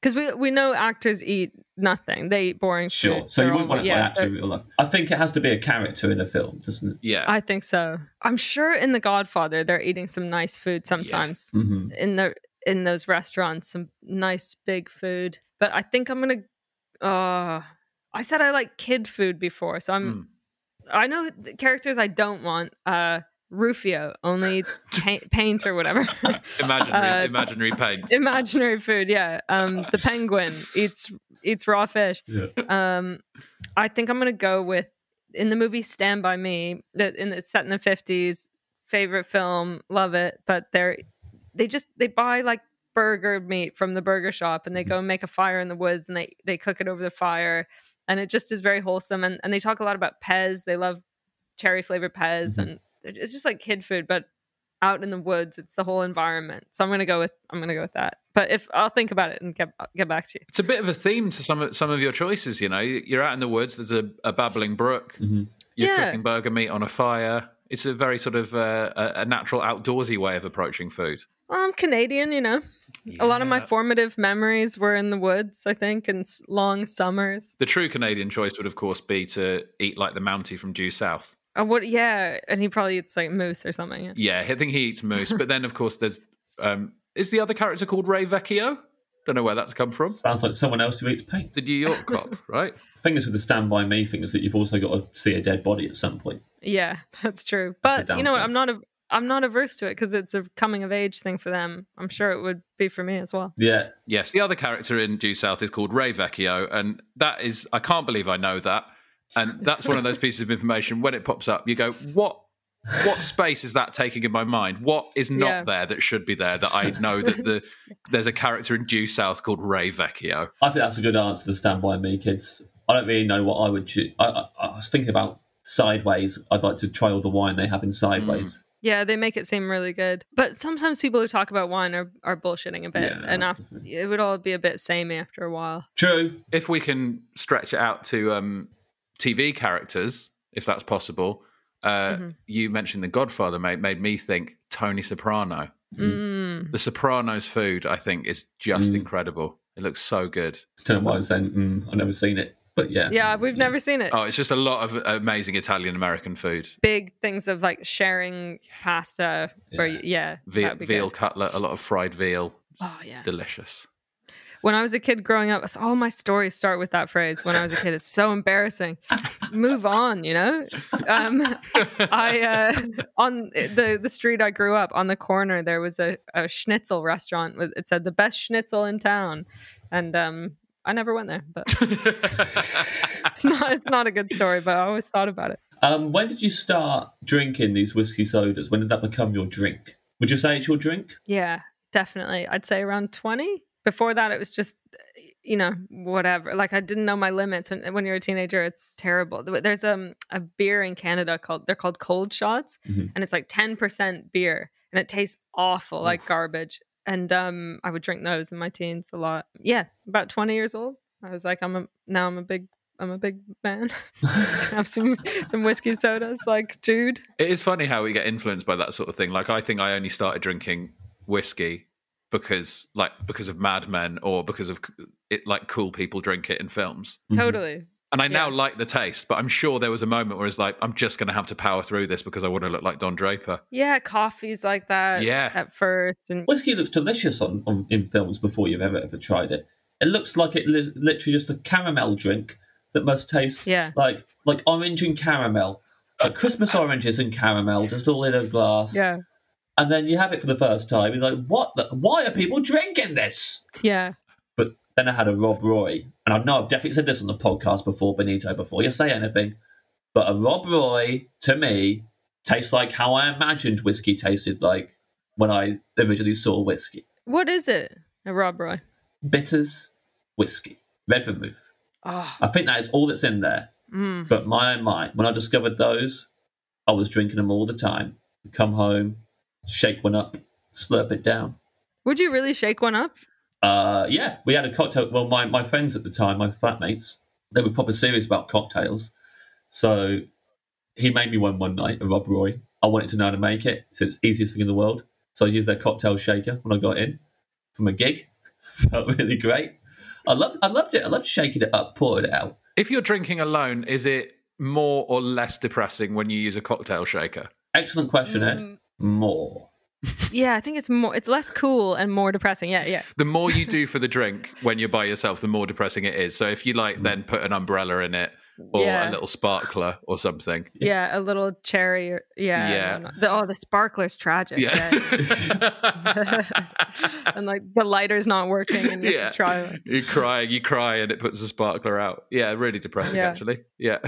Speaker 3: Because we we know actors eat nothing; they eat boring
Speaker 2: Sure.
Speaker 3: food.
Speaker 2: So you
Speaker 3: They're
Speaker 2: wouldn't
Speaker 3: all- uh
Speaker 2: want it by actor in real life. I think it has to be a character in a film, doesn't it?
Speaker 1: Yeah.
Speaker 3: I think so. I'm sure in The Godfather they're eating some nice food sometimes.
Speaker 2: Mm-hmm.
Speaker 3: in the in those restaurants some nice big food but i think i'm gonna uh i said i like kid food before so i'm i know the characters i don't want uh rufio only eats pa- paint or whatever
Speaker 1: imaginary,
Speaker 3: Uh,
Speaker 1: imaginary paint.
Speaker 3: imaginary food yeah um the penguin eats eats raw fish
Speaker 2: Yeah.
Speaker 3: um i think i'm gonna go with in the movie stand by me that in it's set in the 50s favorite film love it but they're they just they buy like burger meat from the burger shop and they go and make a fire in the woods and they they cook it over the fire and it just is very wholesome and, and they talk a lot about pez they love cherry flavored
Speaker 2: Mhm.
Speaker 3: pez and it's just like kid food but out in the woods it's the whole environment so i'm gonna go with i'm gonna go with that but if i'll think about it and get get back to you
Speaker 1: It's a bit of a theme to some of, some of your choices. You know, you're out in the woods. There's a, a babbling brook.
Speaker 2: Mhm.
Speaker 1: You're
Speaker 3: Yeah.
Speaker 1: cooking burger meat on a fire. It's a very sort of uh, a a natural outdoorsy way of approaching food.
Speaker 3: Well, I'm Canadian, you know. A lot of my formative memories were in the woods, I think, and s- long summers.
Speaker 1: The true Canadian choice would, of course, be to eat like the Mountie from due south.
Speaker 3: Oh, what? Yeah, and he probably eats like moose or something. Yeah.
Speaker 1: Yeah, I think he eats moose. but then, of course, there's um, is the other character called Ray Vecchio? Don't know where that's come from.
Speaker 2: Sounds like someone else who eats paint.
Speaker 1: The New York cop, right?
Speaker 2: The thing is with the Stand By Me thing is that you've also got to see a dead body at some point.
Speaker 3: Yeah, that's true.
Speaker 2: That's
Speaker 3: But
Speaker 2: the
Speaker 3: you know what?
Speaker 2: downside.
Speaker 3: I'm not a I'm not averse to it because it's a coming of age thing for them. I'm sure it would be for me as well.
Speaker 2: Yeah.
Speaker 1: Yes, the other character in Due South is called Ray Vecchio, and that is I can't believe I know that. And that's one of those pieces of information when it pops up, you go, What what space is that taking in my mind? What is not
Speaker 3: Yeah.
Speaker 1: there that should be there that I know that the there's a character in Due South called Ray Vecchio?
Speaker 2: I think that's a good answer to Stand By Me, kids. I don't really know what I would choose. I, I, I was thinking about Sideways. I'd like to try all the wine they have in Sideways.
Speaker 3: Yeah, they make it seem really good. But sometimes people who talk about wine are, are bullshitting a bit,
Speaker 2: Yeah,
Speaker 3: and
Speaker 2: that's
Speaker 3: af- it would all be a bit samey after a while.
Speaker 2: True.
Speaker 1: If we can stretch it out to um, TV characters, if that's possible, uh,
Speaker 3: Mm-hmm.
Speaker 1: you mentioned The Godfather, mate, made me think Tony Soprano.
Speaker 3: Mm.
Speaker 1: The Sopranos food, I think, is just incredible. It looks so good.
Speaker 2: Turn why I was saying, mm, I've never seen it. But yeah.
Speaker 3: Yeah, we've never seen it.
Speaker 1: Oh, it's just a lot of amazing Italian American food.
Speaker 3: Big things of like sharing pasta, where
Speaker 2: Yeah.
Speaker 3: you, yeah,
Speaker 1: Veal,
Speaker 3: that'd be
Speaker 1: veal
Speaker 3: good.
Speaker 1: cutlet, a lot of fried veal.
Speaker 3: Oh yeah.
Speaker 1: Delicious.
Speaker 3: When I was a kid growing up, so all my stories start with that phrase. When I was a kid, it's so embarrassing. Move on, you know. Um, I uh, on the the street I grew up on the corner there was a, a schnitzel restaurant. With, it said the best schnitzel in town, and um, I never went there. But it's not it's not a good story. But I always thought about it.
Speaker 2: Um, when did you start drinking these whiskey sodas? When did that become your drink? Would you say it's your drink?
Speaker 3: Yeah, definitely. I'd say around twenty. Before that, it was just you know whatever. Like I didn't know my limits. When, when you're a teenager, it's terrible. Th- There's um a beer in Canada called they're called cold shots,
Speaker 2: Mhm.
Speaker 3: and it's like ten percent beer, and it tastes awful, like garbage. And um, I would drink those in my teens a lot. Yeah, about twenty years old, I was like, I'm a now I'm a big I'm a big man. Have some some whiskey sodas like Jude.
Speaker 1: It is funny how we get influenced by that sort of thing. Like I think I only started drinking whiskey because like because of Mad Men or because of c- it like cool people drink it in films.
Speaker 2: Mhm.
Speaker 3: Totally.
Speaker 1: And I now
Speaker 3: Yeah.
Speaker 1: like the taste, but I'm sure there was a moment where it's like I'm just going to have to power through this because I want to look like Don Draper.
Speaker 3: Yeah, coffees like that.
Speaker 1: Yeah.
Speaker 3: at first, and
Speaker 2: Whiskey looks delicious on, on in films before you've ever ever tried it. It looks like it li- literally just a caramel drink that must taste
Speaker 3: Yeah.
Speaker 2: like like orange and caramel, like Christmas oranges and caramel, just all in a glass.
Speaker 3: yeah,
Speaker 2: And then you have it for the first time. You're like, what? The, why are people drinking this?
Speaker 3: yeah.
Speaker 2: But then I had a Rob Roy, and I know I've definitely said this on the podcast before, Benito. Before you say anything, but a Rob Roy to me tastes like how I imagined whiskey tasted like when I originally saw whiskey.
Speaker 3: What is it? A Rob Roy.
Speaker 2: bitters, whiskey, red vermouth.
Speaker 3: Oh,
Speaker 2: I think that is all that's in there.
Speaker 3: mm.
Speaker 2: But my own mind, when I discovered those, I was drinking them all the time. Come home, shake one up, slurp it down.
Speaker 3: would you really shake one up?
Speaker 2: Uh, yeah, we had a cocktail. Well, my, my friends at the time, my flatmates, they were proper serious about cocktails. So he made me one one night, a Rob Roy. I wanted to know how to make it, so it's the easiest thing in the world. So I used their cocktail shaker when I got in from a gig. Felt really great. I loved, I loved it. I loved shaking it up, pouring it out.
Speaker 1: If you're drinking alone, is it more or less depressing when you use a cocktail shaker?
Speaker 2: Excellent question, Ed. More.
Speaker 3: Yeah, I think it's more. It's less cool and more depressing. Yeah, yeah.
Speaker 1: The more you do for the drink when you're by yourself, the more depressing it is. So if you like then put an umbrella in it or
Speaker 3: Yeah.
Speaker 1: a little sparkler or something.
Speaker 3: Yeah, a little cherry. Or, yeah. I
Speaker 1: Yeah.
Speaker 3: don't know. The, oh, the sparkler's tragic.
Speaker 1: Yeah.
Speaker 3: Yeah. and like the lighter's not working and you
Speaker 1: Yeah.
Speaker 3: have to try it.
Speaker 1: you cry, you cry and it puts a sparkler out. Yeah, really depressing
Speaker 3: Yeah.
Speaker 1: actually. Yeah.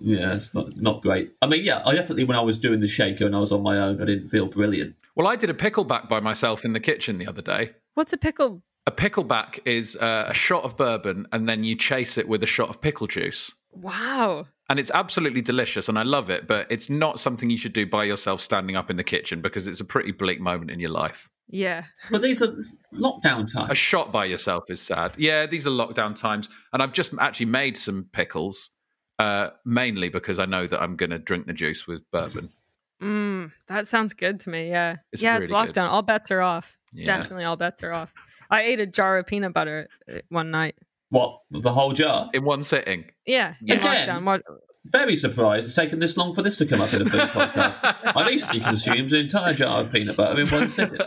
Speaker 2: Yeah, it's not not great. I mean, yeah, I definitely when I was doing the shaker and I was on my own, I didn't feel brilliant.
Speaker 1: Well, I did a pickleback by myself in the kitchen the other day.
Speaker 3: What's a pickle?
Speaker 1: A pickleback is uh, a shot of bourbon and then you chase it with a shot of pickle juice.
Speaker 3: Wow.
Speaker 1: and it's absolutely delicious and I love it, but it's not something you should do by yourself standing up in the kitchen because it's a pretty bleak moment in your life.
Speaker 3: Yeah.
Speaker 2: But these are lockdown
Speaker 1: A
Speaker 2: times.
Speaker 1: shot by yourself is sad. Yeah, these are lockdown times, and I've just actually made some pickles, uh, mainly because I know that I'm going to drink the juice with bourbon.
Speaker 3: Mm, that sounds good to me. Yeah.
Speaker 1: It's
Speaker 3: yeah, it's
Speaker 1: really
Speaker 3: lockdown.
Speaker 1: good.
Speaker 3: All bets are off.
Speaker 1: Yeah.
Speaker 3: Definitely all bets are off. I ate a jar of peanut butter uh, one night.
Speaker 2: What? The whole jar?
Speaker 1: in one sitting.
Speaker 3: Yeah. in
Speaker 2: Yes.
Speaker 3: lockdown. What-
Speaker 2: Very surprised it's taken this long for this to come up in a food podcast. I recently consumed an entire jar of peanut butter in one sitting.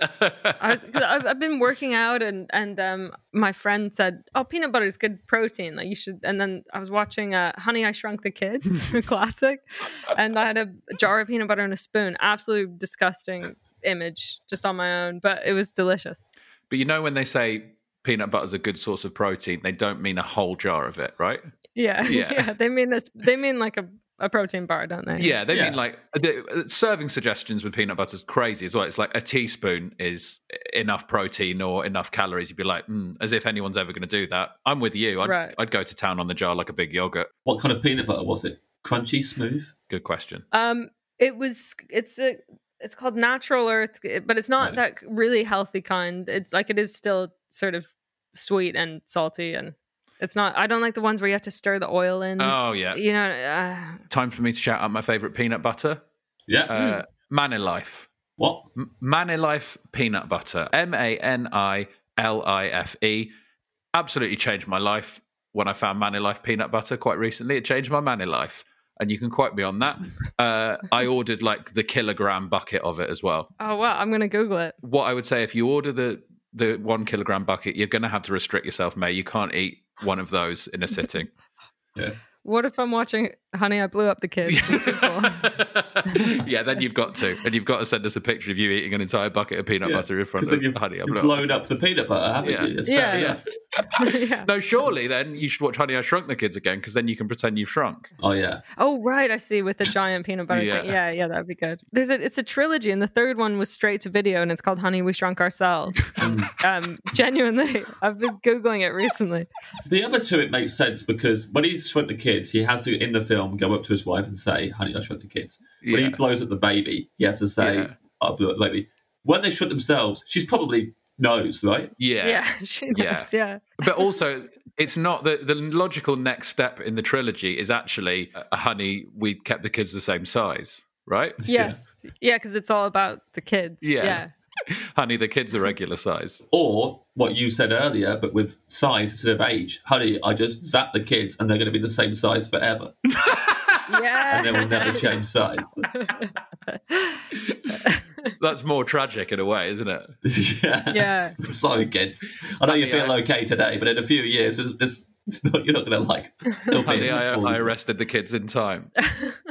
Speaker 3: I was, cause I've, I've been working out and, and um, my friend said, oh, peanut butter is good protein. Like you should. And then I was watching uh, Honey, I Shrunk the Kids, a classic. And I had a jar of peanut butter and a spoon. Absolutely disgusting image just on my own, but it was delicious.
Speaker 1: But you know when they say peanut butter's a good source of protein, they don't mean a whole jar of it, right?
Speaker 3: Yeah.
Speaker 1: Yeah.
Speaker 3: Yeah. they mean this, they mean like a, a protein bar, don't they?
Speaker 1: Yeah, they
Speaker 2: Yeah.
Speaker 1: mean like the, uh, serving suggestions with peanut butter is crazy as well. It's like a teaspoon is enough protein or enough calories. You'd be like, mm, as if anyone's ever going to do that. I'm with you. I'd,
Speaker 3: Right.
Speaker 1: I'd go to town on the jar like a big yogurt.
Speaker 2: What kind of peanut butter was it? Crunchy, smooth?
Speaker 1: Good question.
Speaker 3: Um, it was. It's the. It's called natural earth, but it's not that really healthy kind. It's like it is still sort of sweet and salty, and it's not. I don't like the ones where you have to stir the oil in.
Speaker 1: Oh yeah,
Speaker 3: You know, uh,
Speaker 1: time for me to shout out my favorite peanut butter,
Speaker 2: Yeah.
Speaker 1: uh, Manilife.
Speaker 2: what?
Speaker 1: M- Manilife peanut butter. M A N I L I F E. Absolutely changed my life when I found Manilife peanut butter quite recently. It changed my Manilife. And you can quote me on that. Uh, I ordered like the kilogram bucket of it as well.
Speaker 3: oh wow, I'm gonna Google it.
Speaker 1: What I would say if you order the the one kilogram bucket, you're going to have to restrict yourself, May. You can't eat one of those in a sitting.
Speaker 3: What if I'm watching Honey, I Blew Up the Kids? the sequel?
Speaker 1: yeah, then you've got to. And you've got to send us a picture of you eating an entire bucket of peanut butter in front
Speaker 2: Because
Speaker 1: of
Speaker 2: then you've,
Speaker 1: honey. I'm
Speaker 2: you've
Speaker 1: not-
Speaker 2: blown up the peanut butter, haven't
Speaker 1: Yeah.
Speaker 2: you? It's
Speaker 3: Yeah,
Speaker 2: fair
Speaker 3: yeah.
Speaker 2: enough.
Speaker 3: yeah.
Speaker 1: No, surely then you should watch Honey I Shrunk the Kids again because then you can pretend you've shrunk.
Speaker 2: Oh, yeah.
Speaker 3: Oh right, I see. With the giant peanut butter.
Speaker 1: Yeah.
Speaker 3: Yeah, yeah, yeah that'd be good. There's a. It's a trilogy, and the third one was straight to video, and it's called Honey, We Shrunk Ourselves. um, genuinely, I've been googling it recently.
Speaker 2: The other two, it makes sense because when he's shrunk the kids, he has to, in the film, go up to his wife and say, honey, I shrunk the kids. When he
Speaker 1: Yeah.
Speaker 2: blows up the baby, he has to say,
Speaker 1: Yeah.
Speaker 2: I blew up the baby. When they shrunk themselves, she's probably knows, right?
Speaker 1: Yeah.
Speaker 3: Yeah, she
Speaker 1: Yeah.
Speaker 3: knows. Yeah.
Speaker 1: But also, it's not the, the logical next step in the trilogy is actually, uh, Honey, we kept the kids the same size, right?
Speaker 3: Yes. Yeah, because it's all about the kids.
Speaker 1: Yeah.
Speaker 3: Yeah.
Speaker 1: honey, the kids are regular size.
Speaker 2: Or what you said earlier, but with size instead of age. Honey, I just zap the kids and they're going to be the same size forever.
Speaker 3: Yeah.
Speaker 2: And they will never change size.
Speaker 1: That's more tragic in a way, isn't it?
Speaker 2: yeah.
Speaker 3: Yeah.
Speaker 2: I'm sorry, kids. I know you
Speaker 1: Honey,
Speaker 2: feel
Speaker 1: I-
Speaker 2: okay today, but in a few years, it's, it's, you're not going to like still be in
Speaker 1: Honey,
Speaker 2: this
Speaker 1: I,
Speaker 2: school.
Speaker 1: I arrested the kids in time.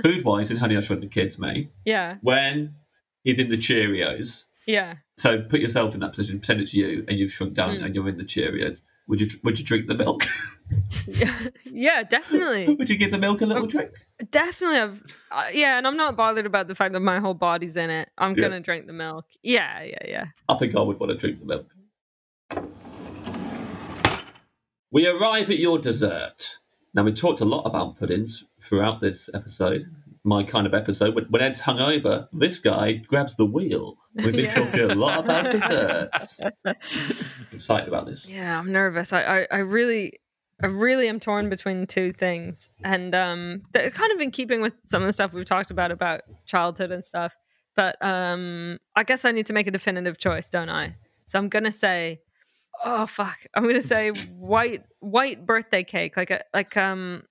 Speaker 2: Food wise, in Honey, I Shrunk the Kids, mate,
Speaker 3: yeah.
Speaker 2: when he's in the Cheerios,
Speaker 3: Yeah.
Speaker 2: so put yourself in that position, pretend it's you and you've shrunk down and you're in the Cheerios. Would you would you drink the milk?
Speaker 3: Yeah. Definitely.
Speaker 2: would you give the milk a little drink?
Speaker 3: definitely. I've, uh, yeah. And I'm not bothered about the fact that my whole body's in it. I'm
Speaker 2: Yeah.
Speaker 3: gonna drink the milk. Yeah. Yeah. Yeah.
Speaker 2: I think I would want to drink the milk. We arrive at your dessert. Now, we talked a lot about puddings throughout this episode, my kind of episode. When, when Ed's hungover, this guy grabs the wheel. We've been
Speaker 3: Yeah.
Speaker 2: talking a lot about desserts. excited about this.
Speaker 3: Yeah. I'm nervous. I. I, I really. I really am torn between two things, and um, they're kind of in keeping with some of the stuff we've talked about about childhood and stuff. But um, I guess I need to make a definitive choice, don't I? So I'm gonna say, oh fuck, I'm gonna say white white birthday cake, like a like um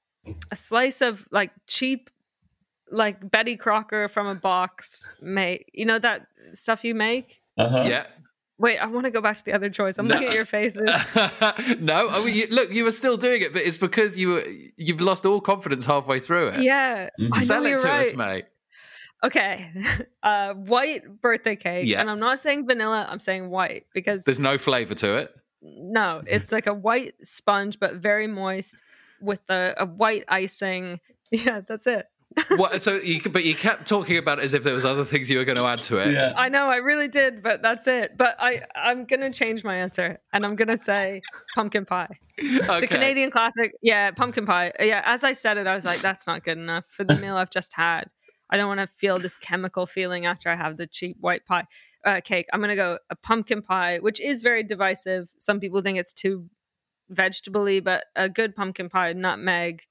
Speaker 3: a slice of like cheap like Betty Crocker from a box made, you know that stuff you make.
Speaker 2: Uh-huh.
Speaker 1: Yeah.
Speaker 3: Wait, I want to go back to the other choice. I'm
Speaker 1: No.
Speaker 3: looking at your faces.
Speaker 1: no, I mean, you, look, you were still doing it, but it's because you were, you've lost all confidence halfway through it.
Speaker 3: Yeah, I know
Speaker 1: Sell
Speaker 3: you're
Speaker 1: it to
Speaker 3: right.
Speaker 1: us, mate.
Speaker 3: Okay, uh, white birthday cake,
Speaker 1: Yeah.
Speaker 3: and I'm not saying vanilla. I'm saying white because
Speaker 1: There's no flavour to it.
Speaker 3: no, it's like a white sponge, but very moist with a, a white icing. Yeah, that's it.
Speaker 1: What, so, you, but you kept talking about it as if there was other things you were going to add to it.
Speaker 2: Yeah.
Speaker 3: I know I really did, but that's it. But I I'm gonna change my answer, and I'm gonna say pumpkin pie. It's a Canadian classic. Yeah, pumpkin pie. Yeah, as I said it, I was like, that's not good enough for the meal I've just had. I don't want to feel this chemical feeling after I have the cheap white pie uh, cake. I'm gonna go a pumpkin pie, which is very divisive. Some people think it's too vegetably, but a good pumpkin pie,
Speaker 1: Mm.
Speaker 3: nutmeg,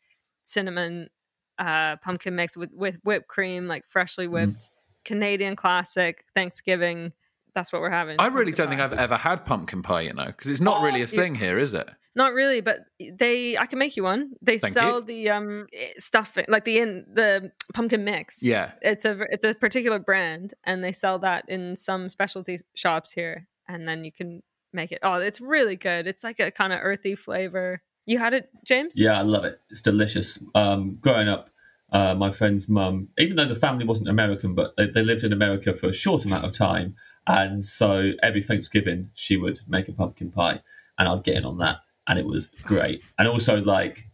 Speaker 3: cinnamon, uh, pumpkin mix with with whipped cream, like freshly whipped. Canadian classic, Thanksgiving. That's what we're having.
Speaker 1: I really don't
Speaker 3: Pumpkin
Speaker 1: think
Speaker 3: pie. Oh,
Speaker 1: I've ever had pumpkin pie, you know, because it's not really a thing here, is it?
Speaker 3: Not really, but they. I can make you one. They
Speaker 1: Thank
Speaker 3: sell
Speaker 1: you.
Speaker 3: the um eh, stuffing, like the in the pumpkin mix.
Speaker 1: Yeah.
Speaker 3: it's a it's a particular brand, and they sell that in some specialty shops here. And then you can make it. Oh, it's really good. It's like a kind of earthy flavor. You had it, James?
Speaker 2: Yeah, I love it. It's delicious. Um, growing up, uh, my friend's mum, even though the family wasn't American, but they, they lived in America for a short amount of time. And so every Thanksgiving, she would make a pumpkin pie, and I'd get in on that. And it was great. And also, like,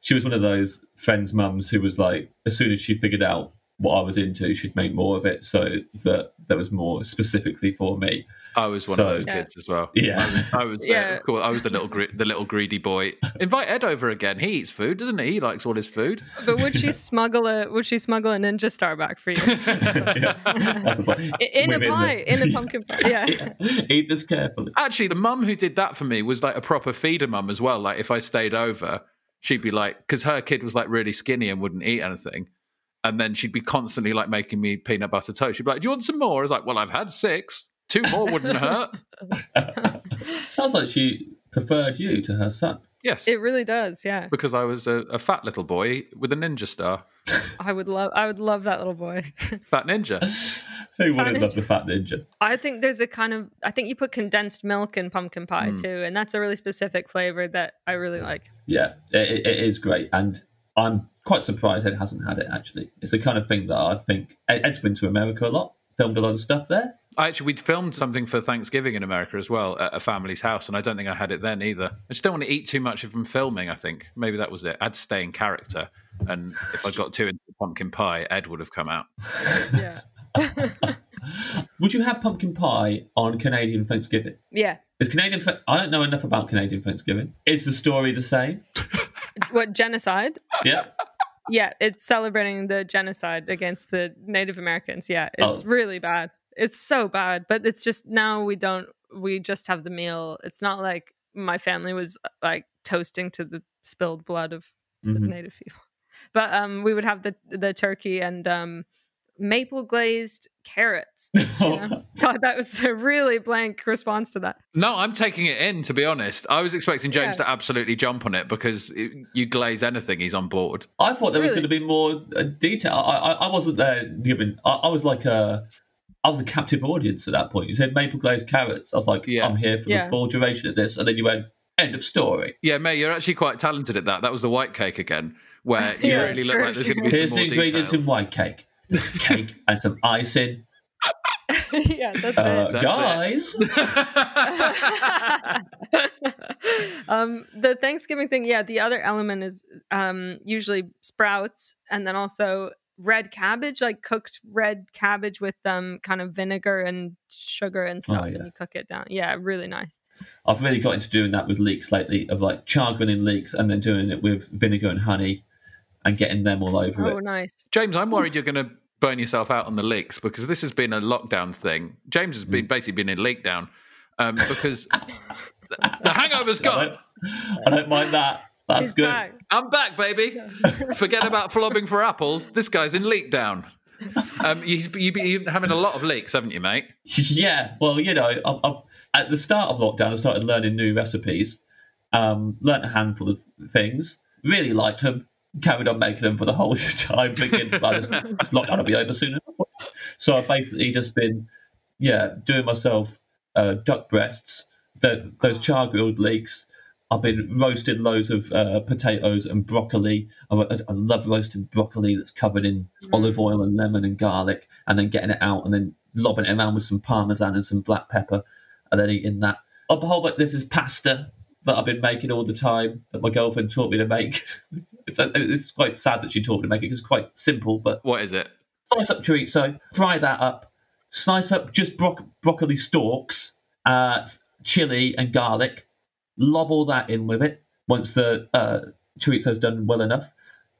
Speaker 2: she was one of those friends' mums who was like, as soon as she figured out what I was into, she'd make more of it so that there was more specifically for me.
Speaker 1: I was one of
Speaker 2: So-
Speaker 1: those
Speaker 3: Yeah.
Speaker 1: kids as well.
Speaker 2: Yeah.
Speaker 1: I was the,
Speaker 3: Yeah.
Speaker 1: cool. I was the little gre- the little greedy boy. Invite Ed over again. He eats food, doesn't he? He likes all his food.
Speaker 3: But would she smuggle a would she smuggle a ninja star back for you?
Speaker 2: Yeah. That's the point.
Speaker 3: in a
Speaker 2: Within the-
Speaker 3: pie, in a pumpkin pie. Yeah.
Speaker 2: Eat this carefully.
Speaker 1: Actually, the mum who did that for me was like a proper feeder mum as well. Like if I stayed over, she'd be like, because her kid was like really skinny and wouldn't eat anything. And then she'd be constantly like making me peanut butter toast. She'd be like, "Do you want some more?" I was like, "Well, I've had six. Two more wouldn't hurt."
Speaker 2: Sounds like she preferred you to her son.
Speaker 1: Yes,
Speaker 3: It really does, yeah.
Speaker 1: because I was a, a fat little boy with a ninja star,
Speaker 3: I would love I would love that little boy.
Speaker 1: fat ninja.
Speaker 2: Who wouldn't love the fat ninja?
Speaker 3: I think there's a kind of I think you put condensed milk in pumpkin pie too, and that's a really specific flavor that I really like.
Speaker 2: Hmm. Yeah, it, it- it is great, and I'm quite surprised Ed hasn't had it. Actually, it's the kind of thing that I think Ed- Ed's been to America a lot, filmed a lot of stuff there.
Speaker 1: I actually we'd filmed something for Thanksgiving in America as well at a family's house, and I don't think I had it then either. I just don't want to eat too much of them filming. I think maybe that was it. I'd stay in character, and if I got too into pumpkin pie, Ed would have come out.
Speaker 3: Yeah.
Speaker 2: Would you have pumpkin pie on Canadian Thanksgiving?
Speaker 3: Yeah.
Speaker 2: Is Canadian? Fa- I don't know enough about Canadian Thanksgiving. Is the story the same?
Speaker 3: What genocide?
Speaker 2: Yeah.
Speaker 3: Yeah, it's celebrating the genocide against the Native Americans. Yeah,
Speaker 2: Oh.
Speaker 3: it's really bad. It's so bad, but it's just now we don't we just have the meal. It's not like my family was like toasting to the spilled blood of the
Speaker 2: Mhm.
Speaker 3: native people. But um we would have the the turkey and um maple glazed carrots. you know? God, that was a really blank response to that.
Speaker 1: No, I'm taking it in. To be honest, I was expecting James
Speaker 3: Yeah.
Speaker 1: to absolutely jump on it because it, you glaze anything, he's on board.
Speaker 2: I thought there was
Speaker 3: Really?
Speaker 2: going to be more uh, detail. I, I, I wasn't there given. I, I was like a, I was a captive audience at that point. You said maple glazed carrots. I was like,
Speaker 1: Yeah.
Speaker 2: I'm here for
Speaker 3: Yeah.
Speaker 2: the full duration of this, and then you went, end of story.
Speaker 1: Yeah, May, you're actually quite talented at that. That was the white cake again, where you
Speaker 3: Yeah,
Speaker 1: really look
Speaker 3: true.
Speaker 1: like there's going to be
Speaker 2: Here's
Speaker 1: some
Speaker 2: the
Speaker 1: more
Speaker 2: ingredients
Speaker 1: detail.
Speaker 2: in white cake, cake and some icing.
Speaker 3: yeah, that's it.
Speaker 2: Uh,
Speaker 1: That's it.
Speaker 2: guys,
Speaker 3: um, the Thanksgiving thing, yeah. The other element is um, usually sprouts, and then also red cabbage, like cooked red cabbage with um, kind of vinegar and sugar and
Speaker 2: Oh,
Speaker 3: stuff,
Speaker 2: yeah.
Speaker 3: and you cook it down. Yeah, really nice.
Speaker 2: I've really got into doing that with leeks lately, of like charging in leeks and then doing it with vinegar and honey, and getting them all over
Speaker 3: So
Speaker 2: it.
Speaker 3: nice.
Speaker 1: James, I'm worried you're going to burn yourself out on the leaks because this has been a lockdown thing. James has been basically been in leakdown um, because the hangover's
Speaker 2: I
Speaker 1: gone.
Speaker 2: don't, I don't mind that. That's
Speaker 3: He's
Speaker 2: good.
Speaker 3: back.
Speaker 1: I'm back, baby. Forget about flobbing for apples. This guy's in leakdown. Um, you've, you've been having a lot of leaks, haven't you, mate?
Speaker 2: Yeah, well, you know, I, I, at the start of lockdown, I started learning new recipes, um, learnt a handful of things, really liked them, carried on making them for the whole time, thinking, well, this, this lockdown will be over soon enough. So I've basically just been, yeah, doing myself uh, duck breasts, the, those char grilled leeks. I've been roasting loads of uh, potatoes and broccoli. I, I I love roasting broccoli that's covered in olive oil and lemon and garlic, and then getting it out and then lobbing it around with some parmesan and some black pepper, and then eating that. A whole bunch. This is pasta that I've been making all the time that my girlfriend taught me to make. it's, it's quite sad that she taught me to make it 'cause it's quite simple, but
Speaker 1: What is it?
Speaker 2: slice up chorizo, fry that up, slice up just broc- broccoli stalks, uh, chili and garlic, lob all that in with it once the uh, chorizo's done well enough.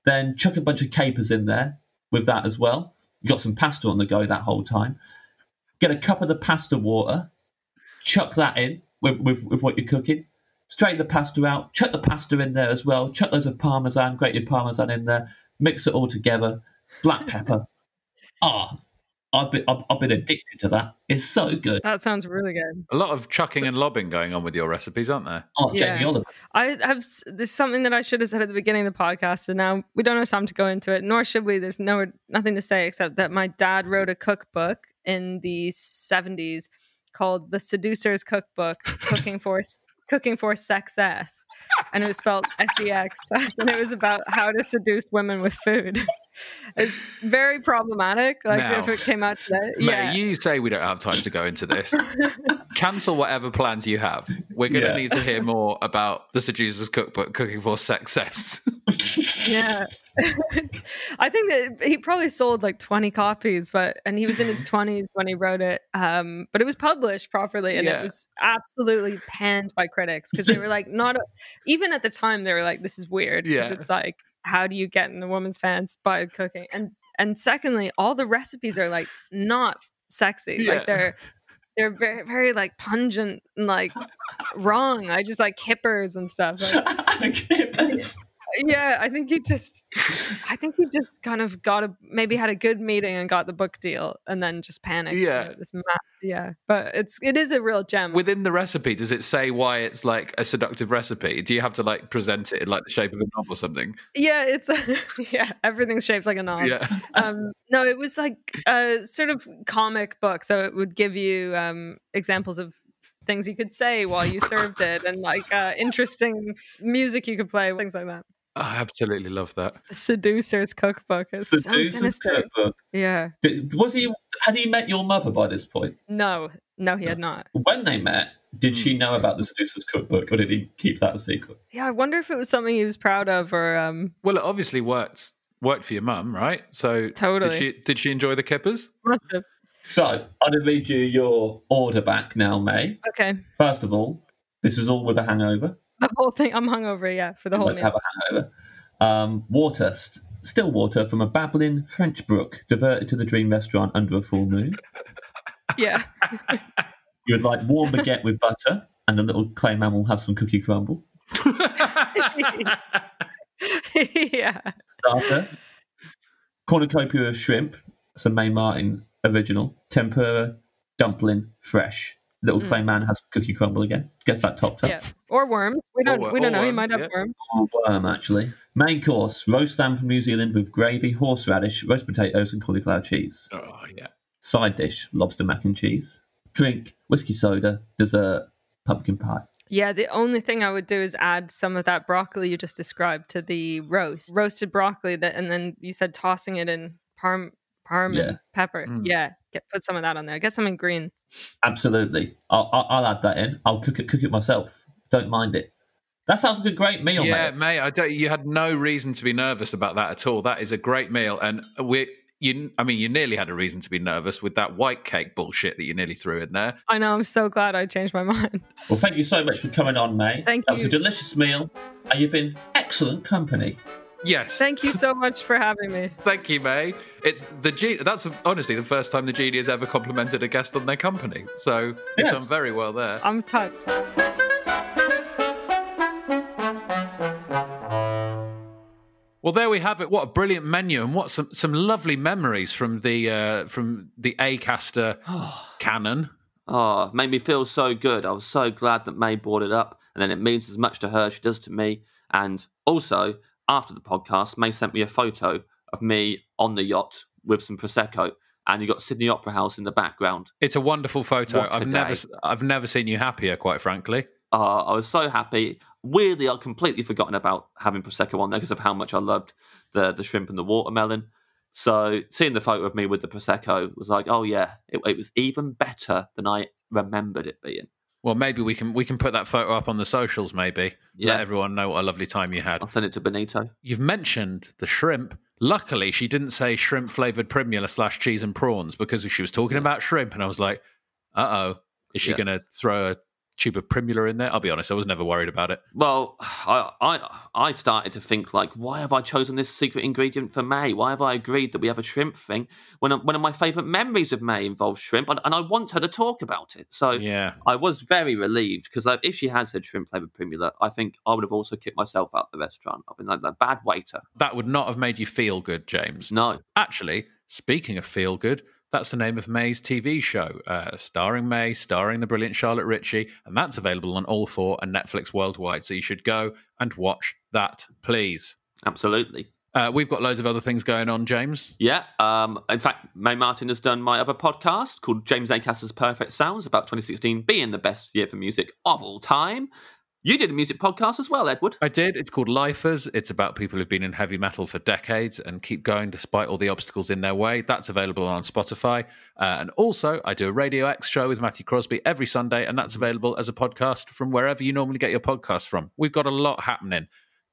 Speaker 2: Then chuck a bunch of capers in there with that as well. You got some pasta on the go that whole time. Get a cup of the pasta water, chuck that in with, with, with what you're cooking. Straighten the pasta out, chuck the pasta in there as well, chuck loads of parmesan, grated parmesan in there, mix it all together, black pepper, Ah, I've been, I've, I've been addicted to that. It's so good.
Speaker 3: That sounds really good.
Speaker 1: A lot of chucking and lobbing going on with your recipes, aren't there?
Speaker 2: Oh,
Speaker 3: Yeah.
Speaker 2: Jamie Oliver.
Speaker 3: I have s- there's something that I should have said at the beginning of the podcast, and now we don't have time to go into it, nor should we. There's no nothing to say except that my dad wrote a cookbook in the 70s called "The Seducer's Cookbook: Cooking for Cooking for Success," and it was spelled S E X, and it was about how to seduce women with food. It's very problematic. Like
Speaker 1: Now.
Speaker 3: if it came out today,
Speaker 1: Mate,
Speaker 3: yeah.
Speaker 1: you say we don't have time to go into this. Cancel whatever plans you have. We're going to
Speaker 2: Yeah.
Speaker 1: need to hear more about the Seducer's Cookbook, Cooking for Success.
Speaker 3: yeah i think that he probably sold like 20 copies but and he was in his 20s when he wrote it um but it was published properly and
Speaker 1: Yeah.
Speaker 3: it was absolutely panned by critics because they were like not even at the time they were like this is weird because
Speaker 1: Yeah.
Speaker 3: it's like how do you get in a woman's pants by cooking and and secondly all the recipes are like not sexy
Speaker 1: Yeah.
Speaker 3: like they're they're very, very like pungent and like wrong. I just like kippers and stuff. Like,
Speaker 2: Kippers.
Speaker 3: yeah, I think he just, I think he just kind of got a maybe had a good meeting and got the book deal, and then just panicked. and
Speaker 1: Yeah.
Speaker 3: it was ma- yeah. But it's it is a real gem.
Speaker 1: Within the recipe, does it say why it's like a seductive recipe? Do you have to like present it in like the shape of a knob or something?
Speaker 3: yeah, it's yeah, everything's shaped like a knob.
Speaker 1: Yeah.
Speaker 3: um no it was like a sort of comic book so it would give you um examples of things you could say while you served it and like uh interesting music you could play things like that
Speaker 1: I absolutely love that.
Speaker 3: the seducer's cookbook is so
Speaker 2: Seducer's
Speaker 3: sinister
Speaker 2: Cookbook.
Speaker 3: yeah
Speaker 2: Did- Was he? Had he met your mother by this point?
Speaker 3: no no he had not
Speaker 2: When they met, did she
Speaker 3: Hmm.
Speaker 2: know about the Seducer's Cookbook, or did he keep that a secret?
Speaker 3: yeah i wonder if it was something he was proud of or um
Speaker 1: Well, it obviously worked worked for your mum, right? So
Speaker 3: Totally.
Speaker 1: Did she, did she enjoy the kippers?
Speaker 3: must have
Speaker 2: So I'm gonna read you your order back now, May.
Speaker 3: okay
Speaker 2: First of all, this is all with a hangover.
Speaker 3: the whole thing i'm hungover Oh, yeah for the
Speaker 2: I'd
Speaker 3: whole
Speaker 2: like to
Speaker 3: meal
Speaker 2: have a hangover. Um, water, st- still water from a babbling French brook diverted to the Dream Restaurant under a full moon.
Speaker 3: yeah
Speaker 2: You would like warm baguette with butter, and the little clay man will have some cookie crumble.
Speaker 1: Oh,
Speaker 3: yeah
Speaker 2: Starter, cornucopia of shrimp, some May Martin original, tempura, dumpling, fresh. Little clay man has cookie crumble again. Gets that topped up.
Speaker 3: yeah or worms we don't
Speaker 1: wor-
Speaker 3: we don't
Speaker 1: or
Speaker 3: know he
Speaker 1: worms,
Speaker 3: might have
Speaker 1: yeah.
Speaker 3: worms
Speaker 2: Or worm, actually. Main course, roast lamb from New Zealand with gravy, horseradish, roast potatoes, and cauliflower cheese.
Speaker 1: Oh yeah.
Speaker 2: Side dish, lobster mac and cheese. Drink, whiskey soda, dessert, pumpkin pie.
Speaker 3: Yeah, the only thing I would do is add some of that broccoli you just described to the roast, roasted broccoli, that, and then you said tossing it in parm, parm
Speaker 2: Yeah.
Speaker 3: and pepper. Yeah, get, put some of that on there. Get something green.
Speaker 2: Absolutely. I'll, I'll, I'll add that in. I'll cook it, cook it myself. Don't mind it. That sounds like a great meal,
Speaker 1: Yeah,
Speaker 2: mate.
Speaker 1: mate. I don't, you had no reason to be nervous about that at all. That is a great meal, and we, you, I mean, you nearly had a reason to be nervous with that white cake bullshit that you nearly threw in there.
Speaker 3: I know. I'm so glad I changed my mind.
Speaker 2: Well, thank you so much for coming on, mate.
Speaker 3: Thank
Speaker 2: That was a
Speaker 3: you.
Speaker 2: delicious meal, and you've been excellent company.
Speaker 1: Yes,
Speaker 3: Thank you so much for having me.
Speaker 1: Thank you, May. It's the genie. That's honestly the first time the genie has ever complimented a guest on their company. So you've
Speaker 2: Yes.
Speaker 1: done very well there.
Speaker 3: I'm touched.
Speaker 1: Well, there we have it. What a brilliant menu, and what some some lovely memories from the uh, from the Acaster canon.
Speaker 4: Oh, it made me feel so good. I was so glad that May brought it up, and then it means as much to her as she does to me. And also, after the podcast, May sent me a photo of me on the yacht with some prosecco, and you got Sydney Opera House in the background.
Speaker 1: It's a wonderful photo.
Speaker 4: What a
Speaker 1: I've never
Speaker 4: day.
Speaker 1: s- I've never seen you happier, quite frankly.
Speaker 4: Uh, I was so happy. Weirdly, I'd completely forgotten about having prosecco on there because of how much I loved the the shrimp and the watermelon. So seeing the photo of me with the prosecco was like, oh yeah, it, it was even better than I remembered it being.
Speaker 1: Well, maybe we can we can put that photo up on the socials. Maybe
Speaker 4: Yeah.
Speaker 1: let everyone know what a lovely time you had.
Speaker 4: I'll send it to Benito.
Speaker 1: You've mentioned the shrimp. Luckily, she didn't say shrimp flavored primula slash cheese and prawns because she was talking about shrimp, and I was like, uh oh, is she
Speaker 4: Yeah.
Speaker 1: going to throw a tube of primula in there? I'll be honest, I was never worried about it.
Speaker 4: Well, I, I I started to think like, why have I chosen this secret ingredient for May? Why have I agreed that we have a shrimp thing when one of my favourite memories of May involves shrimp, and, and I want her to talk about it.
Speaker 2: Uh,
Speaker 4: So
Speaker 1: Yeah.
Speaker 4: I was very relieved because like, if she had said shrimp flavoured primula, I think I would have also kicked myself out the restaurant. I've been like that bad waiter.
Speaker 1: That would not have made you feel good, James.
Speaker 4: No,
Speaker 1: Actually, speaking of feel good, That's the name of May's TV show, uh, starring May, starring the brilliant Charlotte Ritchie, and that's available on All Four and Netflix worldwide. So you should go and watch that, please.
Speaker 2: Absolutely.
Speaker 1: Uh, we've got loads of other things going on, James.
Speaker 2: Yeah. Um, in fact, May Martin has done my other podcast called James Acaster's Perfect Sounds about 2016 being the best year for music of all time. You did a music podcast as well, Edward.
Speaker 1: I did. It's called Lifers. It's about people who've been in heavy metal for decades and keep going despite all the obstacles in their way. That's available on Spotify. Uh, and also, I do a Radio X show with Matthew Crosby every Sunday, and that's available as a podcast from wherever you normally get your podcast from. We've got a lot happening.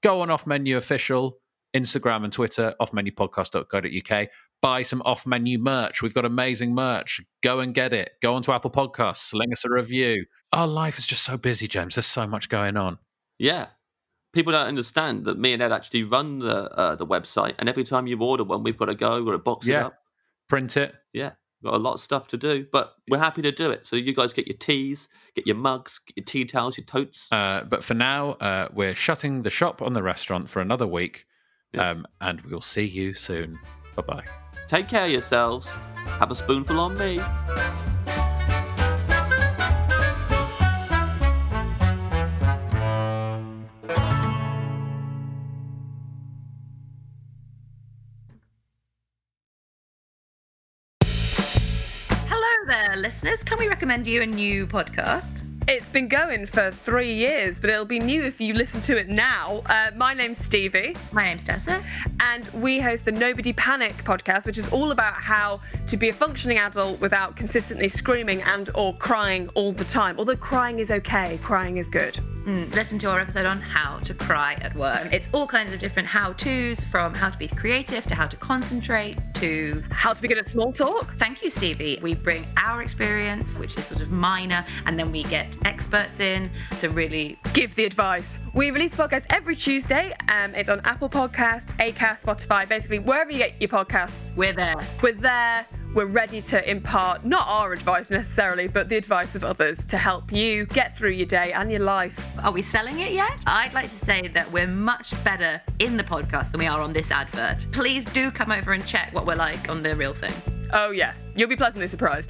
Speaker 1: Go on Off Menu Official, Instagram and Twitter, offmenupodcast.co.uk. Buy some off menu merch. We've got amazing merch. Go and get it. Go onto Apple Podcasts, sling us a review. Our life is just so busy, James. There's so much going on.
Speaker 2: Yeah. People don't understand that me and Ed actually run the uh, the website, and every time you order one, we've got to go, we've got to box it
Speaker 1: Yeah.
Speaker 2: up.
Speaker 1: Print it.
Speaker 2: Yeah, got a lot of stuff to do, but we're happy to do it. So you guys get your teas, get your mugs, get your tea towels, your totes.
Speaker 1: Uh, but for now, uh, we're shutting the shop on the restaurant for another week,
Speaker 2: Yes.
Speaker 1: um, and we'll see you soon. Bye bye.
Speaker 2: Take care of yourselves. Have a spoonful on me.
Speaker 5: Hello there, listeners. Can we recommend you a new podcast?
Speaker 3: It's been going for three years, but it'll be new if you listen to it now. Uh, my name's Stevie,
Speaker 5: My name's Tessa.
Speaker 3: and we host the Nobody Panic podcast, which is all about how to be a functioning adult without consistently screaming and or crying all the time. Although crying is okay, crying is good.
Speaker 5: Mm, Listen to our episode on how to cry at work. It's all kinds of different how to's from how to be creative to how to concentrate to.
Speaker 3: How to be good at small talk.
Speaker 5: Thank you, Stevie. We bring our experience, which is sort of minor, and then we get experts in to really
Speaker 3: Give the advice. We release the podcast every Tuesday. Um, it's on Apple Podcasts, Acast, Spotify, basically wherever you get your podcasts.
Speaker 5: we're there.
Speaker 3: We're there. We're ready to impart not our advice necessarily, but the advice of others to help you get through your day and your life.
Speaker 5: Are we selling it yet? I'd like to say that we're much better in the podcast than we are on this advert. Please do come over and check what we're like on the real thing.
Speaker 3: Oh, yeah, you'll be pleasantly surprised.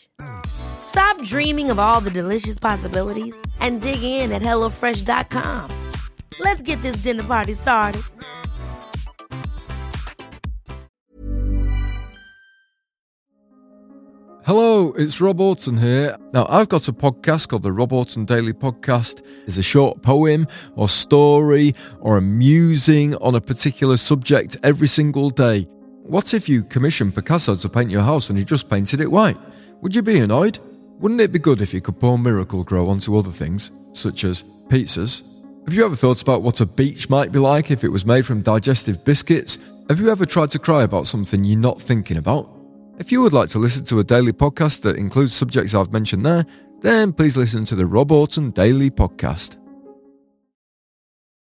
Speaker 6: Stop dreaming of all the delicious possibilities and dig in at HelloFresh.com. Let's get this dinner party started.
Speaker 7: Hello, it's Rob Orton here. Now, I've got a podcast called the Rob Orton Daily Podcast. It's a short poem or story or a musing on a particular subject every single day. What if you commissioned Picasso to paint your house and he just painted it white? Would you be annoyed? Wouldn't it be good if you could pour Miracle Grow onto other things, such as pizzas? Have you ever thought about what a beach might be like if it was made from digestive biscuits? Have you ever tried to cry about something you're not thinking about? If you would like to listen to a daily podcast that includes subjects I've mentioned there, then please listen to the Rob Orton Daily Podcast.